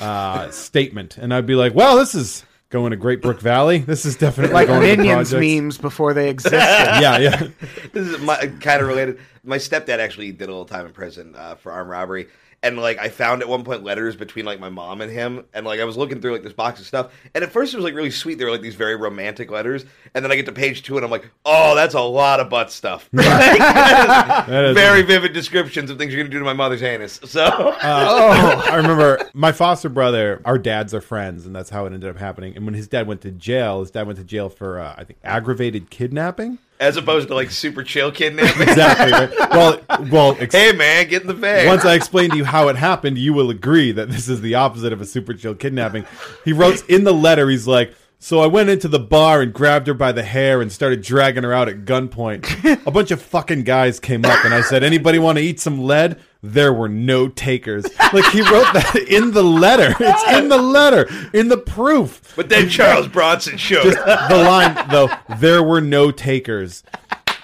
C: uh, statement, and I'd be like, "Well, this is going to Great Brook Valley. This is definitely
B: Like
C: going
B: Minions
C: to the projects."
B: memes before they existed.
C: Yeah, yeah.
D: this is my kind of related. My stepdad actually did a little time in prison uh, for armed robbery, and like I found at one point letters between like my mom and him, and like I was looking through like this box of stuff, and at first it was like really sweet. They were like these very romantic letters, and then I get to page two, and I'm like, oh, that's a lot of butt stuff.
C: That is-
D: very vivid descriptions of things you're gonna do to my mother's anus. So
C: Uh,
B: Oh.
C: I remember my foster brother. Our dads are friends, and that's how it ended up happening. And when his dad went to jail, his dad went to jail for uh, I think aggravated kidnapping.
D: as opposed to like super chill kidnapping.
C: Exactly. right? Well, well. Ex-
D: hey man, get in the van.
C: Once I explain to you how it happened, you will agree that this is the opposite of a super chill kidnapping. He wrote in the letter, he's like, So I went into the bar and grabbed her by the hair and started dragging her out at gunpoint. A bunch of fucking guys came up and I said, Anybody want to eat some lead? There were no takers. Like he wrote that in the letter. It's in the letter, in the proof.
D: but then Charles Bronson showed.
C: Just
D: up.
C: the line though, there were no takers.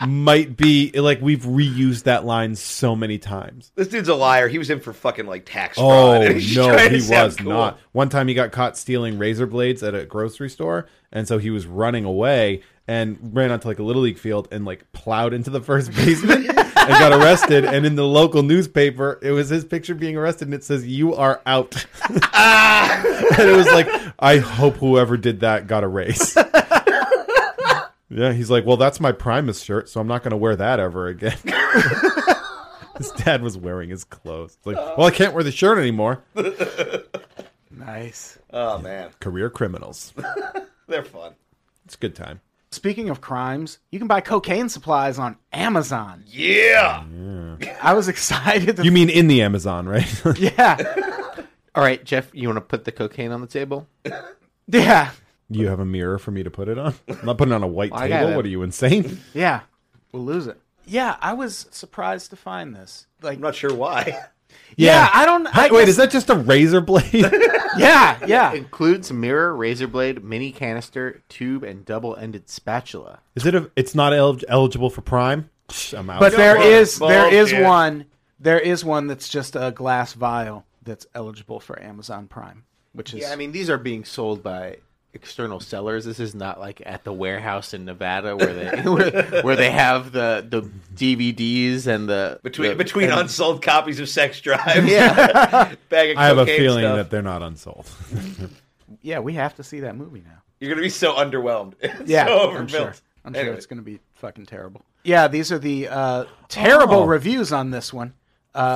C: Might be like we've reused that line so many times.
D: This dude's a liar. He was in for fucking like tax
C: Oh
D: fraud. and he's
C: no,
D: trying to
C: he
D: sound
C: was
D: cool.
C: not. One time he got caught stealing razor blades at a grocery store, and so he was running away and ran onto like a little league field and like plowed into the first basement and got arrested. And in the local newspaper, it was his picture being arrested, and it says, "You are out." and it was like, I hope whoever did that got a raise. yeah, he's like, well, that's my Primus shirt, so I'm not going to wear that ever again. his dad was wearing his clothes. It's like, well, I can't wear the shirt anymore.
B: nice.
D: Oh man,
C: Career criminals.
D: they're fun.
C: It's a good time.
B: Speaking of crimes, you can buy cocaine supplies on Amazon.
D: Yeah.
B: I was excited. To
C: You mean in the Amazon, right?
B: yeah,
E: All right, Jeff, you want to put the cocaine on the table?
B: yeah,
C: you have a mirror for me to put it on? I'm not putting it on a white
E: I got
C: table.
E: it.
C: What are you, insane?
B: yeah. We'll lose it. Yeah, I was surprised to find this. Like,
D: I'm not sure why.
B: yeah, I don't. I
C: Wait,
B: guess-
C: is that just a razor blade?
B: yeah, yeah.
E: Includes mirror, razor blade, mini canister, tube, and double-ended spatula.
C: Is it a, it's not el- eligible for prime? Psh, I'm out.
B: But there
D: on,
B: is there is
D: bullshit.
B: one there is one that's just a glass vial that's eligible for Amazon Prime, which is
E: Yeah, I mean these are being sold by external sellers. This is not like at the warehouse in Nevada where they where, where they have the the DVDs and the
D: Between
E: the-
D: between
E: and-
D: unsold copies of Sex Drive,
E: Yeah,
D: bag of
C: I have a
D: cocaine
C: feeling
D: stuff,
C: that they're not unsold.
B: yeah, we have to see that movie now.
D: you're gonna be so underwhelmed. It's
B: Yeah,
D: so
B: I'm
D: overbuilt.
B: sure. I'm sure
D: Anyway.
B: it's going to be fucking terrible. Yeah, these are the uh, terrible
C: Oh.
B: reviews on this one.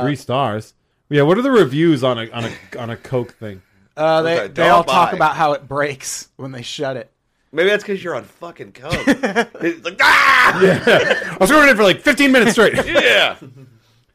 C: Three stars. Yeah, what are the reviews on a on a on a Coke thing?
B: Uh, they
D: Okay,
B: they all
D: don't
B: talk
D: buy.
B: about how it breaks when they shut it.
D: Maybe that's because you're on fucking coke. it's like ah, yeah.
C: I was going in for like 15 minutes straight.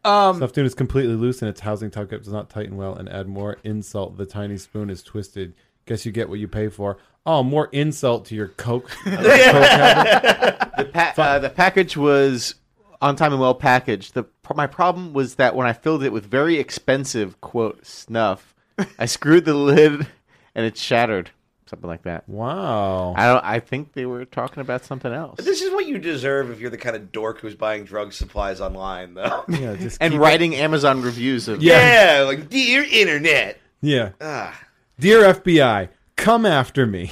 C: Stuffed tuna is completely loose and its housing tuck up does not tighten well. And add more insult. The tiny spoon is twisted. Guess you get what you pay for. Oh, more insult to your Coke. Coke habit.
E: the, pa- uh, the package was on time and well packaged. The pro- my problem was that when I filled it with very expensive quote snuff, I screwed the lid and it shattered, something like that.
C: Wow.
E: I don't. I think they were talking about something else.
D: This is what you deserve if you're the kind of dork who's buying drug supplies online, though.
C: Yeah, just
E: and
C: keep-
E: writing Amazon reviews of
D: Yeah, like dear internet.
C: Yeah.
D: Ah,
C: Dear FBI, come after me.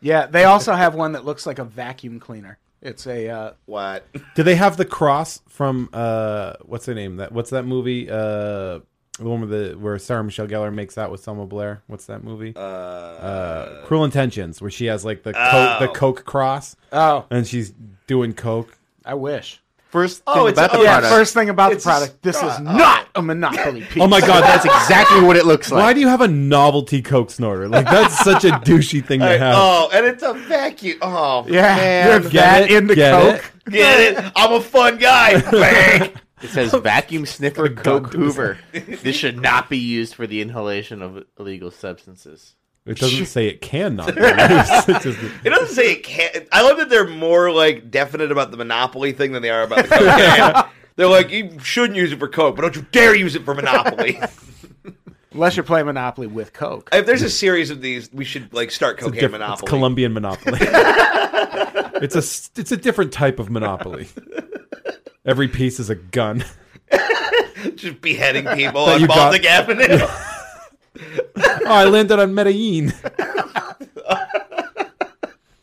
B: Yeah, they also have one that looks like a vacuum cleaner. It's a uh,
D: what?
C: Do they have the cross from uh what's the name that what's that movie uh the one with the where Sarah Michelle Gellar makes out with Selma Blair? What's that movie? Uh, Cruel Intentions, where she has like the coke, the Coke cross,
B: oh,
C: and she's doing coke.
B: I wish.
E: first
D: Oh,
E: thing
D: it's-
E: about
D: oh,
E: the
D: yeah,
B: Yeah,
E: product.
B: first thing about
D: It's a
B: the product. This
D: straw.
B: is not a monopoly piece.
C: Oh my god,
E: That's
C: that's
E: exactly what it looks like.
C: why do you have a novelty coke snorter? Like that's such a douchey thing to
D: Like,
C: have.
D: oh, and it's a vacuum. Oh,
B: Yeah,
D: man.
B: you're that
C: it?
B: into
C: Get
B: coke.
D: Get it? I'm a fun guy. Bang.
E: It says vacuum sniffer coke
C: goddamn-
E: hoover. this should not be used for the inhalation of illegal substances.
C: It doesn't say it cannot. be used. It just-
D: It doesn't say it can't. I love that they're more like definite about the monopoly thing than they are about the cocaine. they're like, you shouldn't use it for coke, but don't you dare use it for monopoly.
B: Unless you're playing Monopoly with Coke.
D: if there's a series of these, we should like start
C: it's, a
D: cocaine
C: diff- it's
D: monopoly.
C: Colombian monopoly. it's a s- it's a different type of monopoly. Every piece is a gun.
D: Just beheading people
C: That
D: on
C: you got-
D: Baltic Avenue.
C: Oh, I landed on Medellin.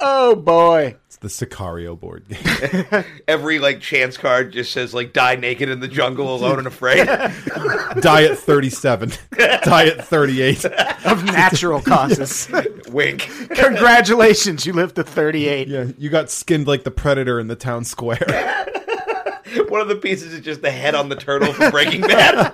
B: Oh boy.
C: It's the Sicario board game.
D: Every like chance card just says like die naked in the jungle, alone and afraid.
C: Die at 37. Die at 38.
B: Of natural causes.
D: Wink.
B: Congratulations, you lived to 38.
C: Yeah, you got skinned like the predator in the town square.
D: One of the pieces is just the head on the turtle from Breaking Bad.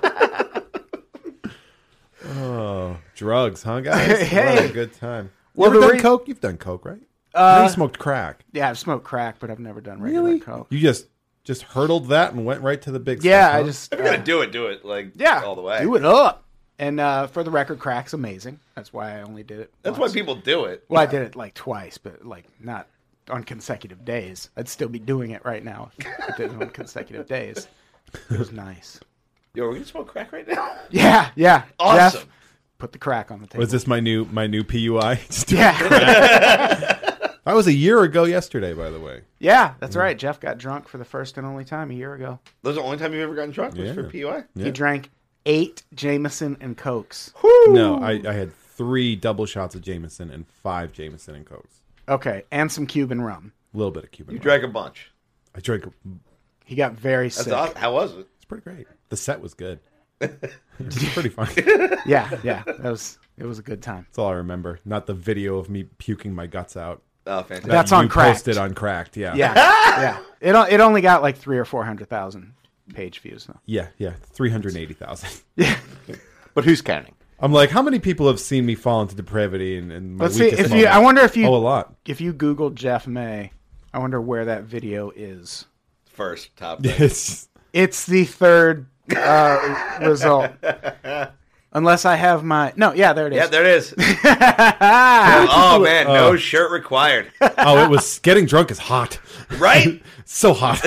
C: Oh, Drugs, huh, guys?
B: Hey.
C: What a good time.
B: Well,
C: you
B: the
C: ever done
B: re- Uh,
C: coke? You've done coke, right? I know you smoked crack.
B: Yeah, I've smoked crack, but I've never done regular
D: oh.
B: Coke.
C: You just just hurdled that and went right to the big
B: Yeah,
C: stuff,
B: I
C: huh?
B: just. uh,
D: If you're gonna do it, do it like
B: yeah.
D: all the way.
B: Do it up. And uh, for the record, crack's amazing. That's why I only did it.
D: That's why
B: once.
D: people do it.
B: Well, I did it like twice, but like not on consecutive days. I'd still be doing it right now if I did it on consecutive days. It was nice.
D: Yo, are we gonna smoke crack right now?
B: Yeah, yeah.
D: Awesome.
B: Jeff, put the crack on the table.
C: Was this my new my new PUI? Just do-
B: Yeah,
C: That was a year ago yesterday, by the way.
B: yeah. That's right. Jeff got drunk for the first and only time a year ago.
D: That was the only time you've ever gotten drunk was
C: Yeah.
D: for PUI.
C: Yeah.
B: He drank eight Jameson and Cokes.
C: No, I, I had three double shots of Jameson and five Jameson and Cokes.
B: Okay, and some Cuban rum.
C: A little bit of Cuban.
D: You
C: rum.
D: drank a bunch.
C: I drank.
B: He got very
D: That's
B: sick.
D: awesome. How was it?
C: It's pretty great. The set was good. it's pretty fun.
B: Yeah, yeah. That was it. Was a good time.
C: That's all I remember. Not the video of me puking my guts out.
D: Oh, fantastic.
B: That's
C: you
B: on Cracked.
C: Posted on Cracked. Yeah.
B: Yeah, yeah. It o- it only got like three or four hundred thousand page views though.
C: Yeah. Yeah. Three hundred eighty thousand.
E: But who's counting?
C: I'm like, how many people have seen me fall into depravity and, and my
B: Let's see
C: weakest
B: if you.
C: moment?
B: I wonder if you.
C: Oh, a lot.
B: If you Google Jeff May, I wonder where that video is.
D: First top. thing.
C: Yes.
B: It's the third uh, result. Unless I have my no, yeah, there it is.
D: Yeah, there it is. oh man, no shirt required.
C: Oh, it was getting drunk is hot.
D: Right?
C: So hot.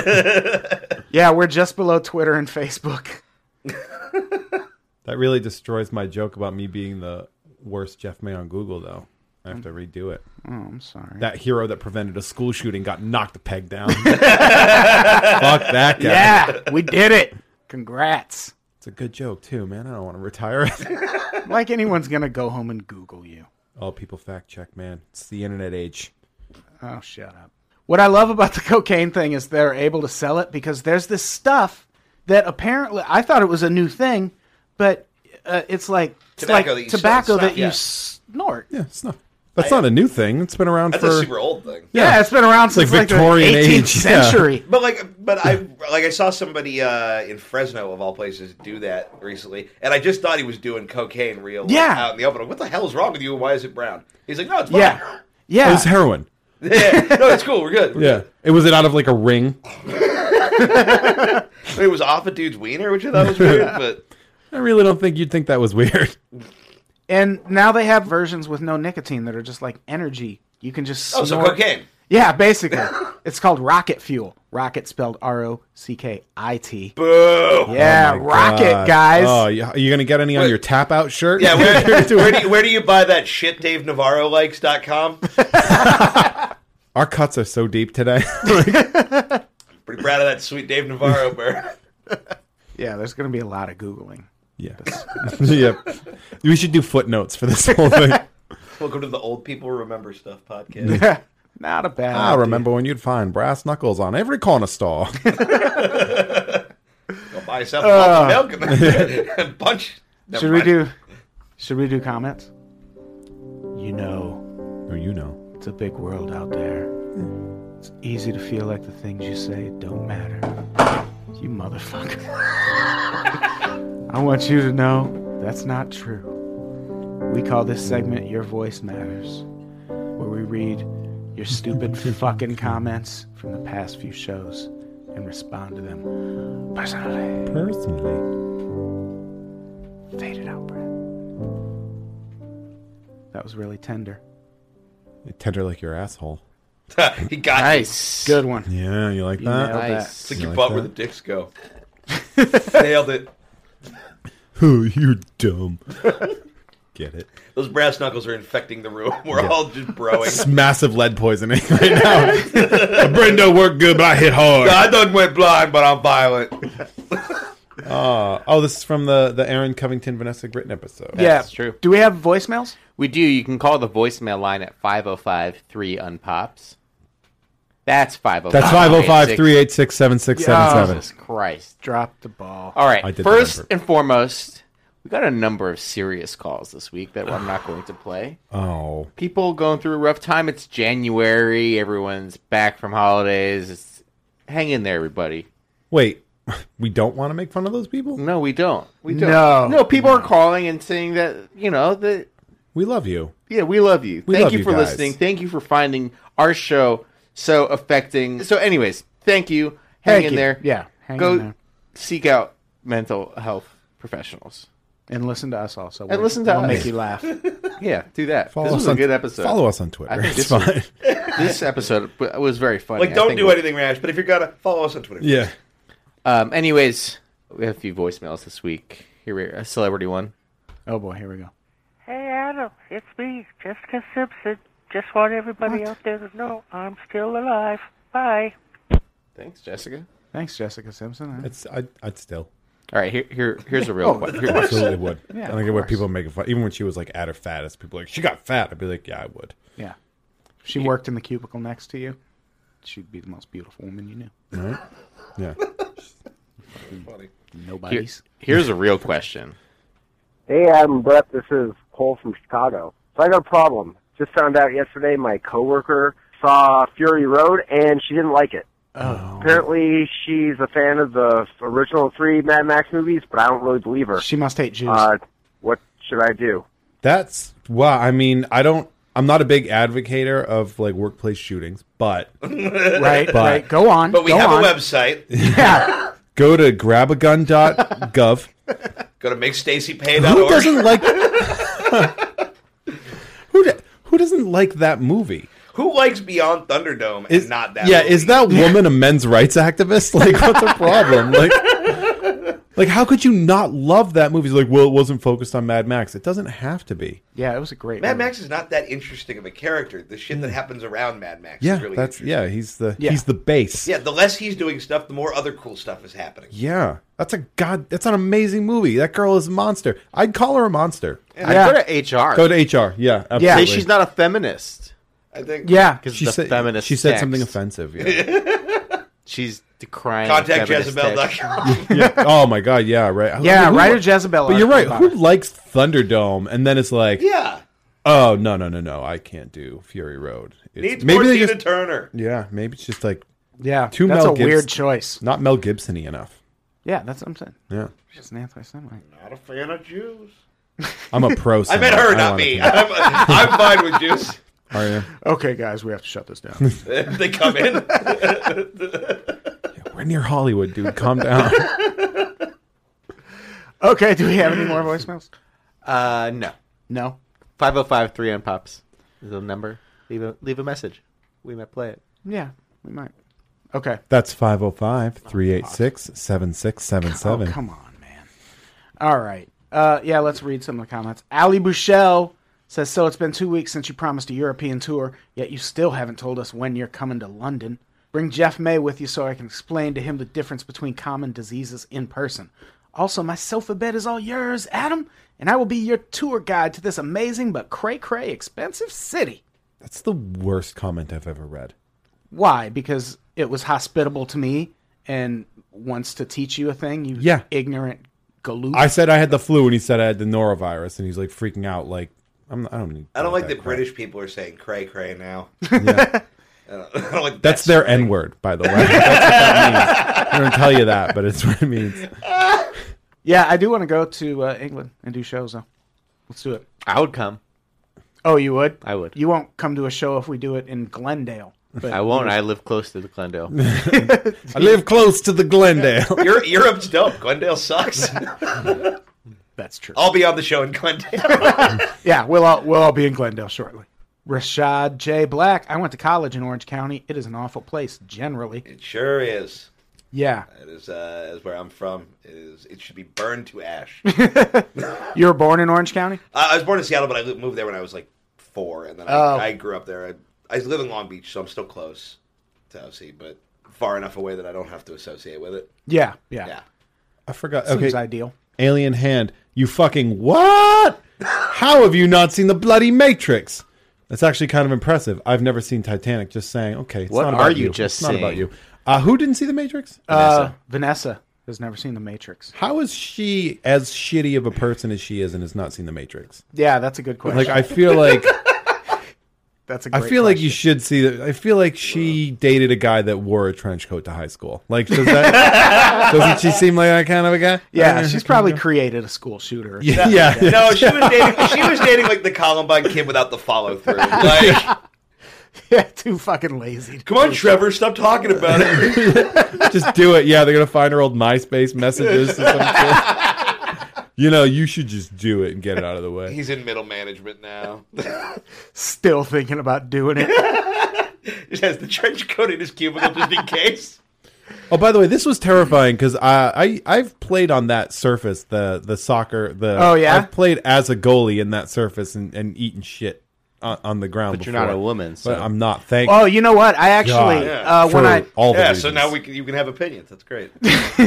B: yeah, we're just below Twitter and Facebook.
C: That really destroys my joke about me being the worst Jeff May on Google, though. I have to redo it.
B: Oh, I'm sorry.
C: That hero that prevented a school shooting got knocked a peg down. Fuck that guy.
B: yeah, we did it. Congrats.
C: It's a good joke, too, man. I don't want to retire.
B: Like anyone's gonna go home and Google you.
C: All people fact check, man. It's the internet age.
B: Oh, shut up. What I love about the cocaine thing is they're able to sell it because there's this stuff that apparently I thought it was a new thing, but uh, it's like it's
D: Tobacco
B: like
D: that you
B: tobacco
D: snort-
B: that you
D: yeah.
B: snort. Yeah,
C: Yeah, it's not. That's not a new thing. It's been around
D: That's
C: for.
D: a super old thing.
B: it's been around since like,
C: like Victorian
B: the 18th
C: age, yeah.
B: century.
D: But like, but I like I saw somebody uh, in Fresno of all places do that recently, and I just thought he was doing cocaine real like,
B: Yeah.
D: out in the open. Like, what the hell is wrong with you? Why is it brown? He's like, no, it's fine.
B: Yeah,
C: It
B: yeah.
C: was heroin.
D: Yeah. no, it's cool. We're good.
C: Yeah. It was it out of like a ring.
D: I mean, it was off a dude's wiener, which I thought was weird, but
C: I really don't think you'd think that was weird.
B: and now they have versions with no nicotine that are just like energy. You can just
D: oh,
B: snort.
D: so cocaine.
B: Yeah, basically, it's called rocket fuel. Rocket spelled R O C K I T.
D: Boo.
B: Yeah,
C: Oh my
B: rocket
C: God.
B: guys.
C: Oh, you, are you gonna get any on your tap out shirt?
D: Yeah, where, where do you, where do you buy that shit Dave Navarro likes.com?
C: Our cuts are so deep today.
D: Pretty proud of that sweet Dave Navarro, bro.
B: Yeah, there's going to be a lot of googling.
C: yeah. yeah. We should do footnotes for this whole thing.
D: Welcome to the Old People Remember Stuff podcast.
B: Not a bad.
C: I
B: idea.
C: Ah, remember when you'd find brass knuckles on every corner store.
D: Go buy yourself a bottle of milk and- and punch. Never
B: Oh. Should we do?
D: mind.
B: Should we do comments? You know,
C: oh, you know.
B: it's a big world out there. It's easy to feel like the things you say don't matter. You motherfucker. I want you to know that's not true. We call this segment Your Voice Matters, where we read your stupid fucking comments from the past few shows and respond to them personally.
C: Personally.
B: Fade it out, Brett. That was really tender.
C: Tender like your asshole.
D: he got you.
E: Nice.
B: Good one.
C: Yeah, you like
B: You
C: that?
B: nailed
D: It's
E: Nice.
D: like
C: You
D: your
C: like
D: butt
C: that?
D: where the dicks go. Nailed it.
C: Oh, you're dumb. Get it?
D: Those brass knuckles are infecting the room. We're all just broing.
C: It's massive lead poisoning right now. brain don't work good, but I hit hard.
D: I done went blind, but I'm violent.
C: Uh, oh, this is from the the Aaron Covington Vanessa Gritton episode.
B: yeah,
E: That's true.
B: Do we have voicemails?
E: We do. You can call the voicemail line at 505 3 unpops. That's 505.
C: That's 505 386 7677.
E: Jesus Christ.
B: Drop the ball.
E: All right.
C: I did the
E: First
C: number.
E: and foremost, we got a number of serious calls this week that I'm not going to play.
C: Oh.
E: People going through a rough time. It's January. Everyone's back from holidays. It's, hang in there, everybody.
C: Wait, we don't want to make fun of those people?
E: No, we don't. We don't.
B: No.
E: No, people are calling and saying that, you know, that
C: We love you.
E: Yeah, we love you.
C: We
E: Thank
C: love
E: you
C: you
E: for
C: guys.
E: listening. Thank you for finding our show so affecting. So, anyways, thank you. Hang
B: Thank
E: in
B: you.
E: there.
B: Yeah, hang
E: Go
B: in there.
E: seek out mental health professionals.
B: And listen to us also.
E: And listen to
B: we'll
E: us.
B: Make you laugh.
E: Yeah, do that.
C: Follow
E: this
C: us
E: was a
C: on,
E: good episode.
C: Follow us on Twitter.
E: I think
C: It's
E: this was-
C: fine.
E: This episode w- was very funny.
D: Like,
E: I
D: don't
E: think
D: do
E: we-
D: anything rash, but if you're gonna, follow us on Twitter.
C: yeah.
E: Um, anyways, we have a few voicemails this week. Here we are, a celebrity one.
B: Oh boy, here we go.
F: Hey Adam, it's me, Jessica Simpson. Just want everybody out there to know I'm still alive. Bye.
E: Thanks, Jessica.
B: Thanks, Jessica Simpson.
C: It's, I'd, I'd still.
E: All right, here, here, here's a real
B: Oh,
E: one.
B: of
E: Here-
C: Absolutely would.
B: Yeah,
C: I don't
B: of
C: get what
B: course.
C: people make fun. Even when she was like at her fattest, people were like she got fat. I'd be like, yeah, I would.
B: Yeah. If she worked in the cubicle next to you. She'd be the most beautiful woman you knew.
C: Right? Yeah.
E: here-
B: Nobody's.
E: here's a real question.
G: Hey, Adam Brett, this is Cole from Chicago. So I got a problem. Just found out yesterday my coworker saw Fury Road and she didn't like it.
B: Oh.
G: Apparently, she's a fan of the original three Mad Max movies, but I don't really believe her.
B: She must hate Jews.
G: Uh, what should I do?
C: That's wow. I mean, I don't. I'm not a big advocate of like workplace shootings, but
B: right,
C: but-
B: right. Go on.
D: But we
B: go
D: have
B: on.
D: a website.
B: Yeah.
C: go to grabagun.gov.
D: Go to makestacypay.org.
C: who doesn't like who? d- Who doesn't like that movie?
D: Who likes Beyond Thunderdome
C: Is
D: and not that?
C: Yeah,
D: movie?
C: is that woman a men's rights activist? Like, what's her problem? Like, like how could you not love that movie? It's like, well, it wasn't focused on Mad Max. It doesn't have to be.
B: yeah, it was a great
D: Mad
B: movie.
D: Max is not that interesting of a character. The shit that happens around Mad Max
C: Mm. Yeah,
D: is really
C: that's
D: interesting.
C: yeah. He's the
B: Yeah.
C: he's the base.
D: Yeah, the less he's doing stuff, the more other cool stuff is happening.
C: yeah. That's a god. That's an amazing movie. That girl is a monster. I'd call her a monster.
B: Yeah.
E: I'd go to HR.
C: Go to HR. Yeah, absolutely.
E: Say she's not a feminist.
D: I think.
B: Yeah.
E: Because
C: She
E: the
C: said
E: feminist.
C: She said
E: text.
C: something offensive. Yeah.
E: She's decrying.
D: Contact
E: feminist text.
D: Jezebel.com.
C: Yeah. Oh my god. Yeah. Right. I-
B: Yeah,
C: I mean, who
B: write
C: li-
B: a Jezebel
C: But you're right.
B: article
C: Who
B: about it.
C: likes Thunderdome? And then it's like,
D: yeah.
C: oh no, no, no, no. I can't do Fury Road. It's-
D: Needs more
C: they
D: Tina
C: just-
D: Turner.
C: Yeah. Maybe it's just like
B: Yeah.
C: Two
B: that's
C: Mel
B: a weird
C: Gibson-
B: choice.
C: not Mel Gibson enough.
B: Yeah, that's what I'm saying.
C: Yeah.
B: She's an anti Semite.
D: Not a fan of Jews.
C: I'm a pro.
D: I
C: Semite.
D: meant her,
C: don't
D: not
C: wanna
D: me.
C: be-
D: I'm, I'm fine with Jews.
C: Are you?
B: Okay, guys, we have to shut this down.
D: they come in.
C: We're near Hollywood, dude. Calm down.
B: okay, do we have any more voicemails?
E: Uh, no.
B: No.
E: 505 3 unpops is the number. Leave a, leave a message. We might play it.
B: Yeah, we might. Okay.
C: That's 505 386 7677.
B: Oh, come on, man. All right. Uh, yeah, let's read some of the comments. Ali Bouchel says, So it's been two weeks since you promised a European tour, yet you still haven't told us when you're coming to London. Bring Jeff May with you so I can explain to him the difference between common diseases in person. Also, my sofa bed is all yours, Adam, and I will be your tour guide to this amazing but cray cray expensive city.
C: That's the worst comment I've ever read.
B: Why? Because it was hospitable to me and wants to teach you a thing, you
C: Yeah.
B: ignorant galoo.
C: I said I had the flu, and he said I had the norovirus, and he's like freaking out. Like I'm, I don't need.
D: I don't like that
C: crap.
D: British people are saying cray cray now.
C: Yeah.
D: I don't, I don't like
C: That's
D: that.
C: their N word, by the way. That's what that means. I don't tell you that, but it's what it means.
B: Yeah, I do want to go to uh, England and do shows though. Let's do it.
E: I would come.
B: Oh, you would?
E: I would.
B: You won't come to a show if we do it in Glendale.
E: I won't. I live close to the Glendale.
C: I live close to the Glendale.
D: Europe, Europe's dope. Glendale sucks.
B: That's true.
D: I'll be on the show in Glendale.
B: Yeah, we'll all, we'll all be in Glendale shortly. Rashad J. Black. I went to college in Orange County. It is an awful place generally.
D: it sure is.
B: Yeah.
D: That is, uh, is where I'm from. It is it should be burned to ash.
B: You were born in Orange County?
D: I I was born in Seattle, but I li- moved there when I was like four, and then I,
B: Oh.
D: I grew up there. I, I live in Long Beach, so I'm still close to OC, but far enough away that I don't have to associate with it.
B: Yeah, yeah.
D: Yeah,
C: I forgot.
B: Seems
C: Okay,
B: ideal.
C: Alien Hand. You fucking what? How have you not seen the bloody Matrix? That's actually kind of impressive. I've never seen Titanic. Just saying. Okay, it's
E: What
C: not
E: are
C: about
E: you just
C: it's not about
E: saying?
C: you. Uh, who didn't see the Matrix?
B: Uh, Vanessa has never seen The Matrix.
C: How is she as shitty of a person as she is and has not seen the Matrix?
B: Yeah, that's a good question.
C: Like I feel like
B: that's a
C: I
B: great
C: feel like
B: question.
C: you should see that. I feel like she dated a guy that wore a trench coat to high school. Like, does that, doesn't she seem like that kind of a guy?
B: Yeah, she's probably created a school shooter.
C: Yeah, yeah.
D: no, she was dating. She was dating like the Columbine kid without the follow through. Like,
B: Yeah, too fucking lazy.
D: come on, Trevor, stop talking about it.
C: Just do it. Yeah, they're gonna find her old MySpace messages. Or some shit. You know, you should just do it and get it out of the way.
D: He's in middle management now.
B: Still thinking about doing it.
D: Just has the trench coat in his cubicle just in case.
C: Oh, by the way, this was terrifying because I, I I've played on that surface the the soccer the
B: Oh, yeah?
C: I've played as a goalie in that surface and, and eaten shit on, on the ground.
E: But you're
C: before.
E: not a woman, so-
C: But I'm not. Thank
B: Oh, you know what? I
C: God.
B: actually uh, when
C: for
B: I
C: all the
D: Yeah, so
C: reasons.
D: now we can, you can have opinions. That's great.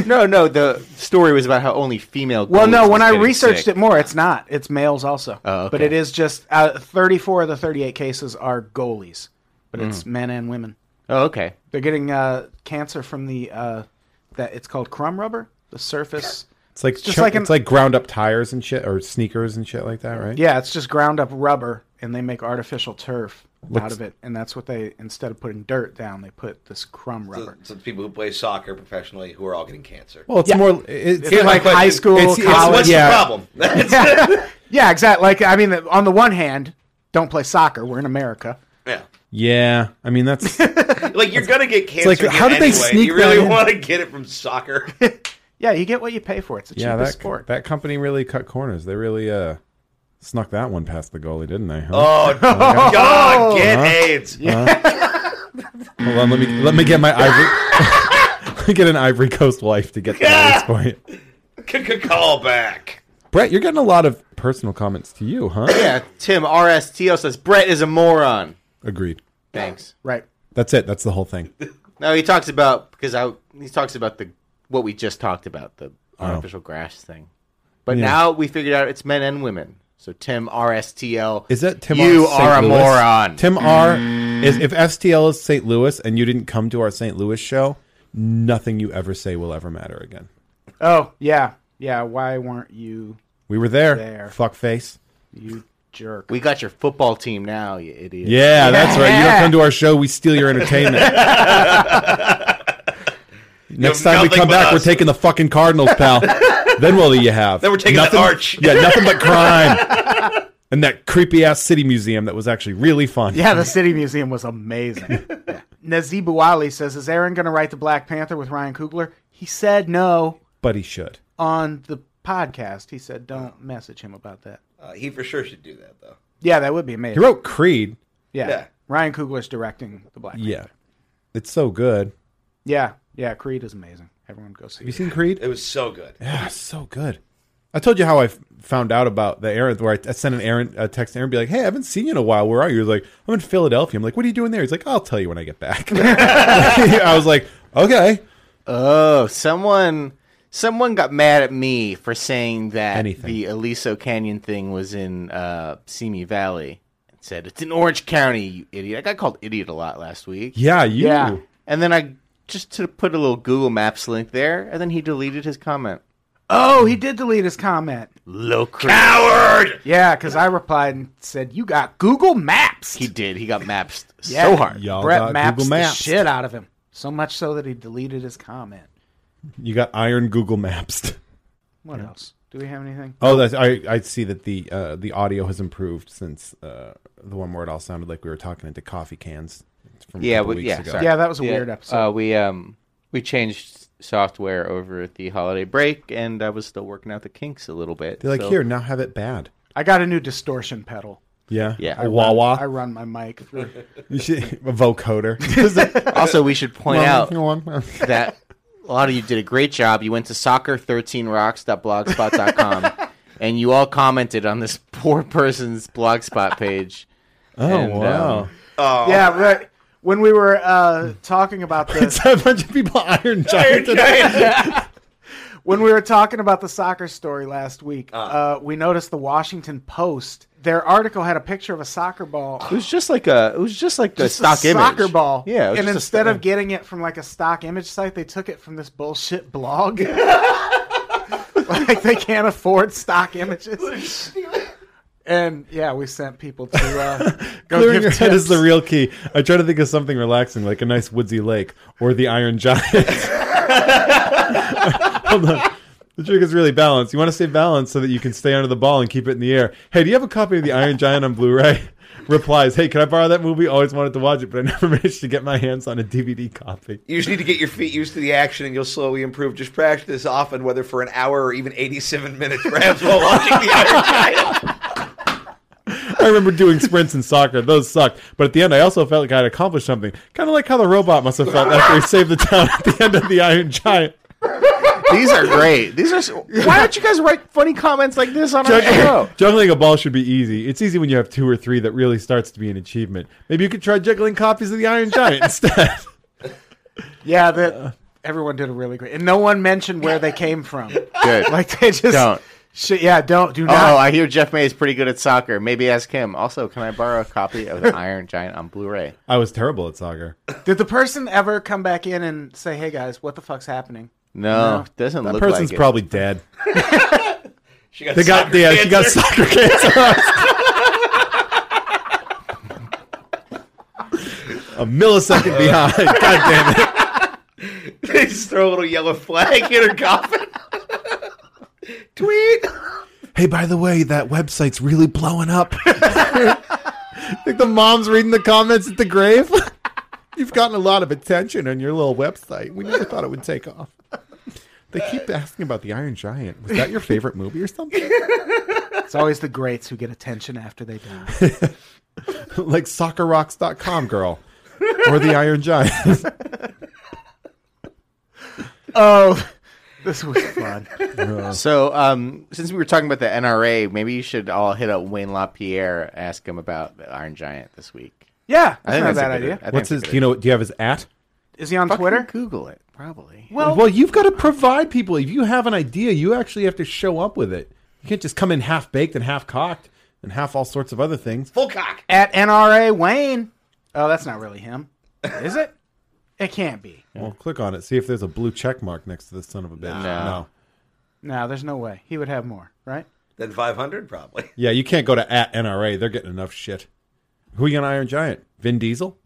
E: no, no. The story was about how only female.
B: well, no,
E: goalies
B: when
E: was
B: I
E: getting
B: researched it
E: sick.
B: more, it's not. It's males also.
E: Oh, okay.
B: But it is just uh, 34 of the 38 cases are goalies, but
E: Mm.
B: it's men and women.
E: Oh, okay.
B: They're getting uh, cancer from the uh, that it's called crumb rubber, the surface.
C: It's like
B: just
C: cho-
B: like an-
C: it's like ground up tires and shit or sneakers and shit like that, right?
B: Yeah, it's just ground up rubber, and they make artificial turf out
C: Looks-
B: of it, and that's what they instead of putting dirt down, they put this crumb
D: So,
B: rubber.
D: so it's people who play soccer professionally who are all getting cancer.
C: Well, it's
B: Yeah.
C: more it's,
B: It's like
D: question.
B: high school,
C: It's- it's-
B: college.
D: What's- what's
C: yeah.
D: the problem?
B: yeah, exactly. Like I mean, on the one hand, don't play soccer. We're in America.
D: yeah.
C: yeah. I mean, that's
D: Like you're gonna get cancer.
C: like,
D: again
C: how did they
D: anyway.
C: sneak
D: You really
C: that in?
D: want to get it from soccer? Oh,
B: Yeah, you get what you pay for. It's the
C: yeah.
B: cheapest
C: That
B: sport.
C: that company really cut corners. They really uh snuck that one past the goalie, didn't they? Huh?
D: Oh no! God, get
C: Huh?
D: AIDS. Um,
C: Hold on, let me let me get my ivory. let me get an Ivory Coast wife to get that point.
D: Call back.
C: Brett, you're getting a lot of personal comments to you, huh?
E: Yeah, Tim RSTL says Brett is a moron.
C: Agreed.
E: Thanks.
B: right.
C: That's it. That's the whole thing.
E: No, he talks about because I he talks about the what we just talked about the artificial grass thing, but
C: Oh. Yeah.
E: now we figured out it's men and women. So Tim RSTL
C: Is that Tim?
E: You
C: R. St.
E: are a
C: Louis?
E: moron.
C: Tim R.
D: Mm.
C: is if STL is St. Louis and you didn't come to our St. Louis show, nothing you ever say will ever matter again.
B: Oh yeah, yeah. Why weren't you,
C: We were there.
B: There.
C: Fuck face.
B: you jerk?
E: we got your football team now, you idiot.
C: Yeah, that's right. You don't come to our show, we steal your entertainment. Next time we
D: nothing
C: come
D: but
C: back, we're
D: us.
C: taking the fucking Cardinals, pal. then what'll you have?
D: Then we're taking the
C: nothing,
D: arch.
C: Yeah, nothing but crime. and that creepy ass city museum that was actually really fun.
B: Yeah, the City Museum was amazing. Nazibu Ali says, "Is Aaron going to write the Black Panther with Ryan Coogler?" He said no
C: But he should.
B: on the podcast. He said, "Don't message him about that."
D: Uh, he for sure should do that though.
B: Yeah, that would be
C: He
B: amazing.
C: wrote Creed.
B: yeah.
D: Yeah.
B: Ryan Coogler's directing the Black. Panther.
C: Yeah. It's so good.
B: yeah, yeah. Creed is amazing. Everyone go see.
C: Have you
B: it.
C: seen Creed?
D: It was so good.
C: Yeah, it's so good. I told you how I f- found out about the Aaron, where I, I sent an Aaron a text to Aaron, be like, "Hey, I haven't seen you in a while. Where are you?" He was like, "I'm in Philadelphia." I'm like, "What are you doing there?" He's like, "I'll tell you when I get back." I was like, "Okay."
E: Oh, someone someone got mad at me for saying that
C: Anything.
E: the Aliso Canyon thing was in uh, Simi Valley and said it's in Orange County, you idiot. I got called idiot a lot last week.
C: Yeah, you.
B: Yeah.
E: And then I just to put a little Google Maps link there, and then he deleted his comment.
B: Oh, he did delete his comment.
E: Locally.
D: Howard.
B: Yeah, because I replied and said, "You got Google Maps."
E: He did. He got maps
B: Yeah.
E: so hard.
C: Y'all
B: Brett
C: got
B: maps,
C: Google Maps.
B: the shit out of him. So much so that he deleted his comment.
C: You got Iron Google Maps.
B: What else? Do we have anything?
C: Oh, that's, I I see that the uh, the audio has improved since uh, the one where it all sounded like we were talking into coffee cans. from
H: Yeah,
C: a couple
H: but-
C: weeks
H: yeah,
C: ago.
H: sorry.
B: Yeah, that was a weird episode.
H: Uh, we um we changed software over at the holiday break, and I was still working out the kinks a little bit.
C: They're like,
H: so-
C: here, now have it bad.
B: I got a new distortion pedal.
C: Yeah.
H: Yeah.
C: A wah wah.
B: I run my mic through.
C: You should a vocoder.
H: Also, we should point out
C: That's
H: that a lot of you did a great job. You went to soccer13rocks.blogspot.com and you all commented on this poor person's blogspot page. Oh
C: wow.
D: Oh,
B: Yeah, right. When we were uh, talking about the
C: a bunch of people Iron Giant.
B: when we were talking about the soccer story last week, uh, we noticed the Washington Post. Their article had a picture of a soccer ball
E: It was just like a. It was just like
B: just
E: the stock
B: a
E: image.
B: soccer ball.
E: Yeah. it was
B: and
E: just a
B: instead
E: stock-
B: of getting it from like a stock image site, they took it from this bullshit blog. like they can't afford stock images. And yeah, we sent people to uh, go
C: Clearing
B: give
C: your head
B: tips.
C: is the real key. I try to think of something relaxing, like a nice woodsy lake or the Iron Giant. Hold on. The trick is really balance. You want to stay balanced so that you can stay under the ball and keep it in the air. Hey, do you have a copy of the Iron Giant on Blu-ray? Replies, Hey, can I borrow that movie? Always wanted to watch it, but I never managed to get my hands on a DVD copy.
D: You just need to get your feet used to the action, and you'll slowly improve. Just practice often, whether for an hour or even 87 minutes, perhaps while watching the Iron Giant.
C: I remember doing sprints in soccer. Those sucked. But at the end, I also felt like I had accomplished something. Kind of like how the robot must have felt after he saved the town at the end of the Iron Giant.
E: These are great. These are. s- Why don't you guys write funny comments like this on our show?
C: Juggling, juggling a ball should be easy. It's easy when you have two or three that really starts to be an achievement. Maybe you could try juggling copies of the Iron Giant instead.
B: Yeah, that everyone did a really great, and no one mentioned where they came from.
E: Good.
B: Like they just
E: Don't.
B: Shit, yeah, don't do not.
E: Oh, I hear Jeff May is pretty good at soccer. Maybe ask him. Also, can I borrow a copy of the Iron Giant on Blu-ray?
C: I was terrible at soccer.
B: Did the person ever come back in and say, "Hey guys, what the fuck's happening"?
E: No, doesn't
C: That
E: look
C: person's
E: like it.
C: probably dead.
D: She got
C: They got,
D: soccer
C: yeah, she got
D: cancer.
C: soccer cancer. a millisecond behind. God damn it.
D: They just throw a little yellow flag in her coffin. Tweet.
C: hey, by the way, that website's really blowing up. like the mom's reading the comments at the grave. You've gotten a lot of attention on your little website. We never thought it would take off. They keep asking about the Iron Giant. Was that your favorite movie or something?
B: It's always the greats who get attention after they die.
C: like soccerrocks.com, girl. Or the Iron Giant.
B: oh, this was fun.
E: So, um, since we were talking about the NRA, maybe you should all hit up Wayne LaPierre, ask him about the Iron Giant this week.
B: Yeah, that's
E: think
B: not a
E: that's a
B: bad
E: good-
B: idea.
E: I think
C: What's
E: that's
C: his?
E: a good
C: Do you know? Do you have his at?
B: Is he on
E: idea.
B: Twitter?
E: Google it, probably.
B: Well-
C: well, you've got to provide people. If you have an idea, you actually have to show up with it. You can't just come in half baked and half cocked and half all sorts of other things.
D: Full cock.
B: At NRA Wayne. Oh, that's not really him, is it? It can't be.
C: Well, click on it. See if there's a blue check mark next to the son of a bitch.
E: No.
B: No, there's no way. He would have more, right?
D: Then 500, probably.
C: Yeah, you can't go to at NRA. They're getting enough shit. Who are you gonna Iron Giant? Vin Diesel?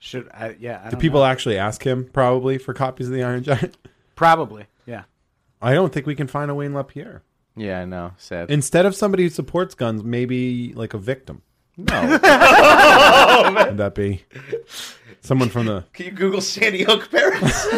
B: Should I? Yeah, I
C: Do
B: don't
C: people
B: know.
C: actually ask him probably for copies of the Iron Giant?
B: probably. Yeah.
C: I don't think we can find a Wayne LaPierre.
E: Yeah, I know. Sad.
C: Instead of somebody who supports guns, maybe like a victim.
E: no. Oh,
C: Would that be someone from the?
D: Can you Google Sandy Hook parents?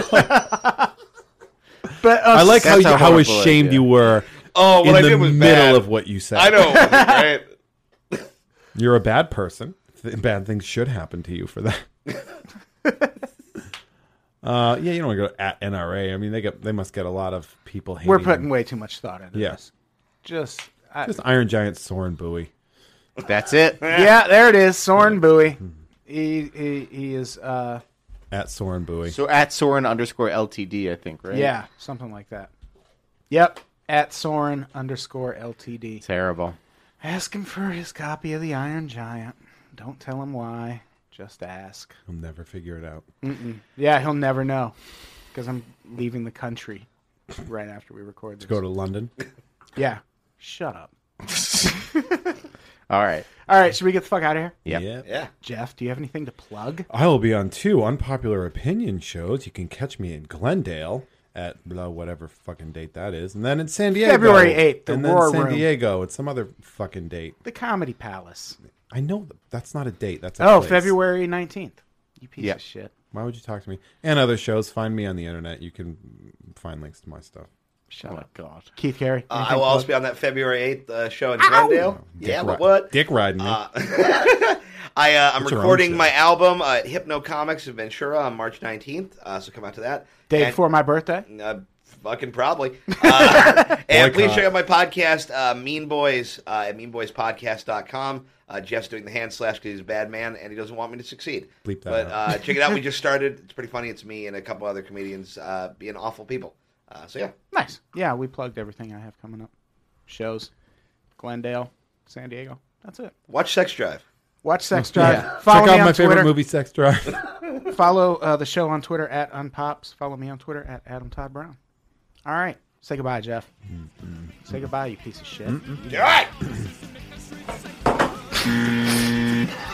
B: But uh,
C: I like how
E: That's
C: you,
E: a
C: how
E: horrible
C: ashamed
E: idea.
C: you were.
D: Oh, what
C: in
D: I
C: the
D: did was
C: middle
D: bad.
C: of what you said.
D: I know, right?
C: You're a bad person. Th- Bad things should happen to you for that. uh, yeah, you don't want to go at NRA. I mean, they get they must get a lot of people. Hating
B: we're putting
C: them.
B: way too much thought into
C: Yes.
B: this. Just, I,
C: just Iron Giant Soren Bowie.
E: That's it.
B: yeah, there it is. Soren Bowie. He, he he is uh
C: At Soren Bowie.
E: So at Soren underscore LTD, I think, right?
B: yeah something like that. Yep. At Soren underscore LTD.
E: Terrible.
B: Ask him for his copy of the Iron Giant. Don't tell him why. Just ask.
C: I'll never figure it out.
B: Yeah, he'll never know because I'm leaving the country right after we record this.
C: Go to London.
B: yeah. Shut up.
E: All right.
B: All right, should we get the fuck out of here?
E: Yep.
D: Yeah.
B: Jeff, do you have anything to plug?
C: I will be on two unpopular opinion shows. You can catch me in Glendale at blah whatever fucking date that is, and then in San Diego
B: February 8th, the
C: and then
B: Roar
C: San
B: Room.
C: Diego at some other fucking date.
B: The Comedy Palace.
C: I know that that's not a date. That's a
B: Oh,
C: place.
B: February 19th. You piece
E: Yep.
B: of shit.
C: Why would you talk to me? And other shows. Find me on the internet. You can find links to my stuff.
E: Shut up. God.
B: Keith Carey.
D: Uh, I will also be on that February 8th uh, show in
C: Oh,
D: Glendale.
C: dick
D: Yeah,
C: ri-
D: but what?
C: Dick riding me.
D: Uh, I, uh, I'm
C: It's your own
D: recording
C: show.
D: my album, uh, Hypno Comics of Ventura, on March 19th. Uh, so come out to that.
B: Day
D: And-
B: before my birthday.
D: Uh, fucking probably. Uh, and please
C: Boycott.
D: check out my podcast, uh, Mean Boys, uh, at meanboyspodcast.com. Uh, Jeff's doing the hand slash because he's a bad man and he doesn't want me to succeed.
C: Bleep that
D: but
C: out.
D: uh, check it out. We just started. It's pretty funny. It's me and a couple other comedians uh, being awful people. Uh, so yeah.
B: Nice. Yeah, we plugged everything I have coming up. Shows, Glendale, San Diego. That's it.
D: Watch Sex Drive.
B: Watch Sex Drive. Follow
C: Check
B: me on
C: out my
B: Twitter.
C: favorite movie, Sex Drive.
B: Follow uh, the show on Twitter at Unpops. Follow me on Twitter at Adam Todd Brown. All right. Say goodbye, Jeff. Say goodbye, you piece of shit.
D: All right.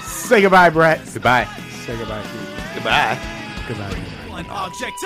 B: Say goodbye, Brett.
E: Goodbye.
B: Say goodbye, Keith.
D: Goodbye.
B: Goodbye.
I: One object.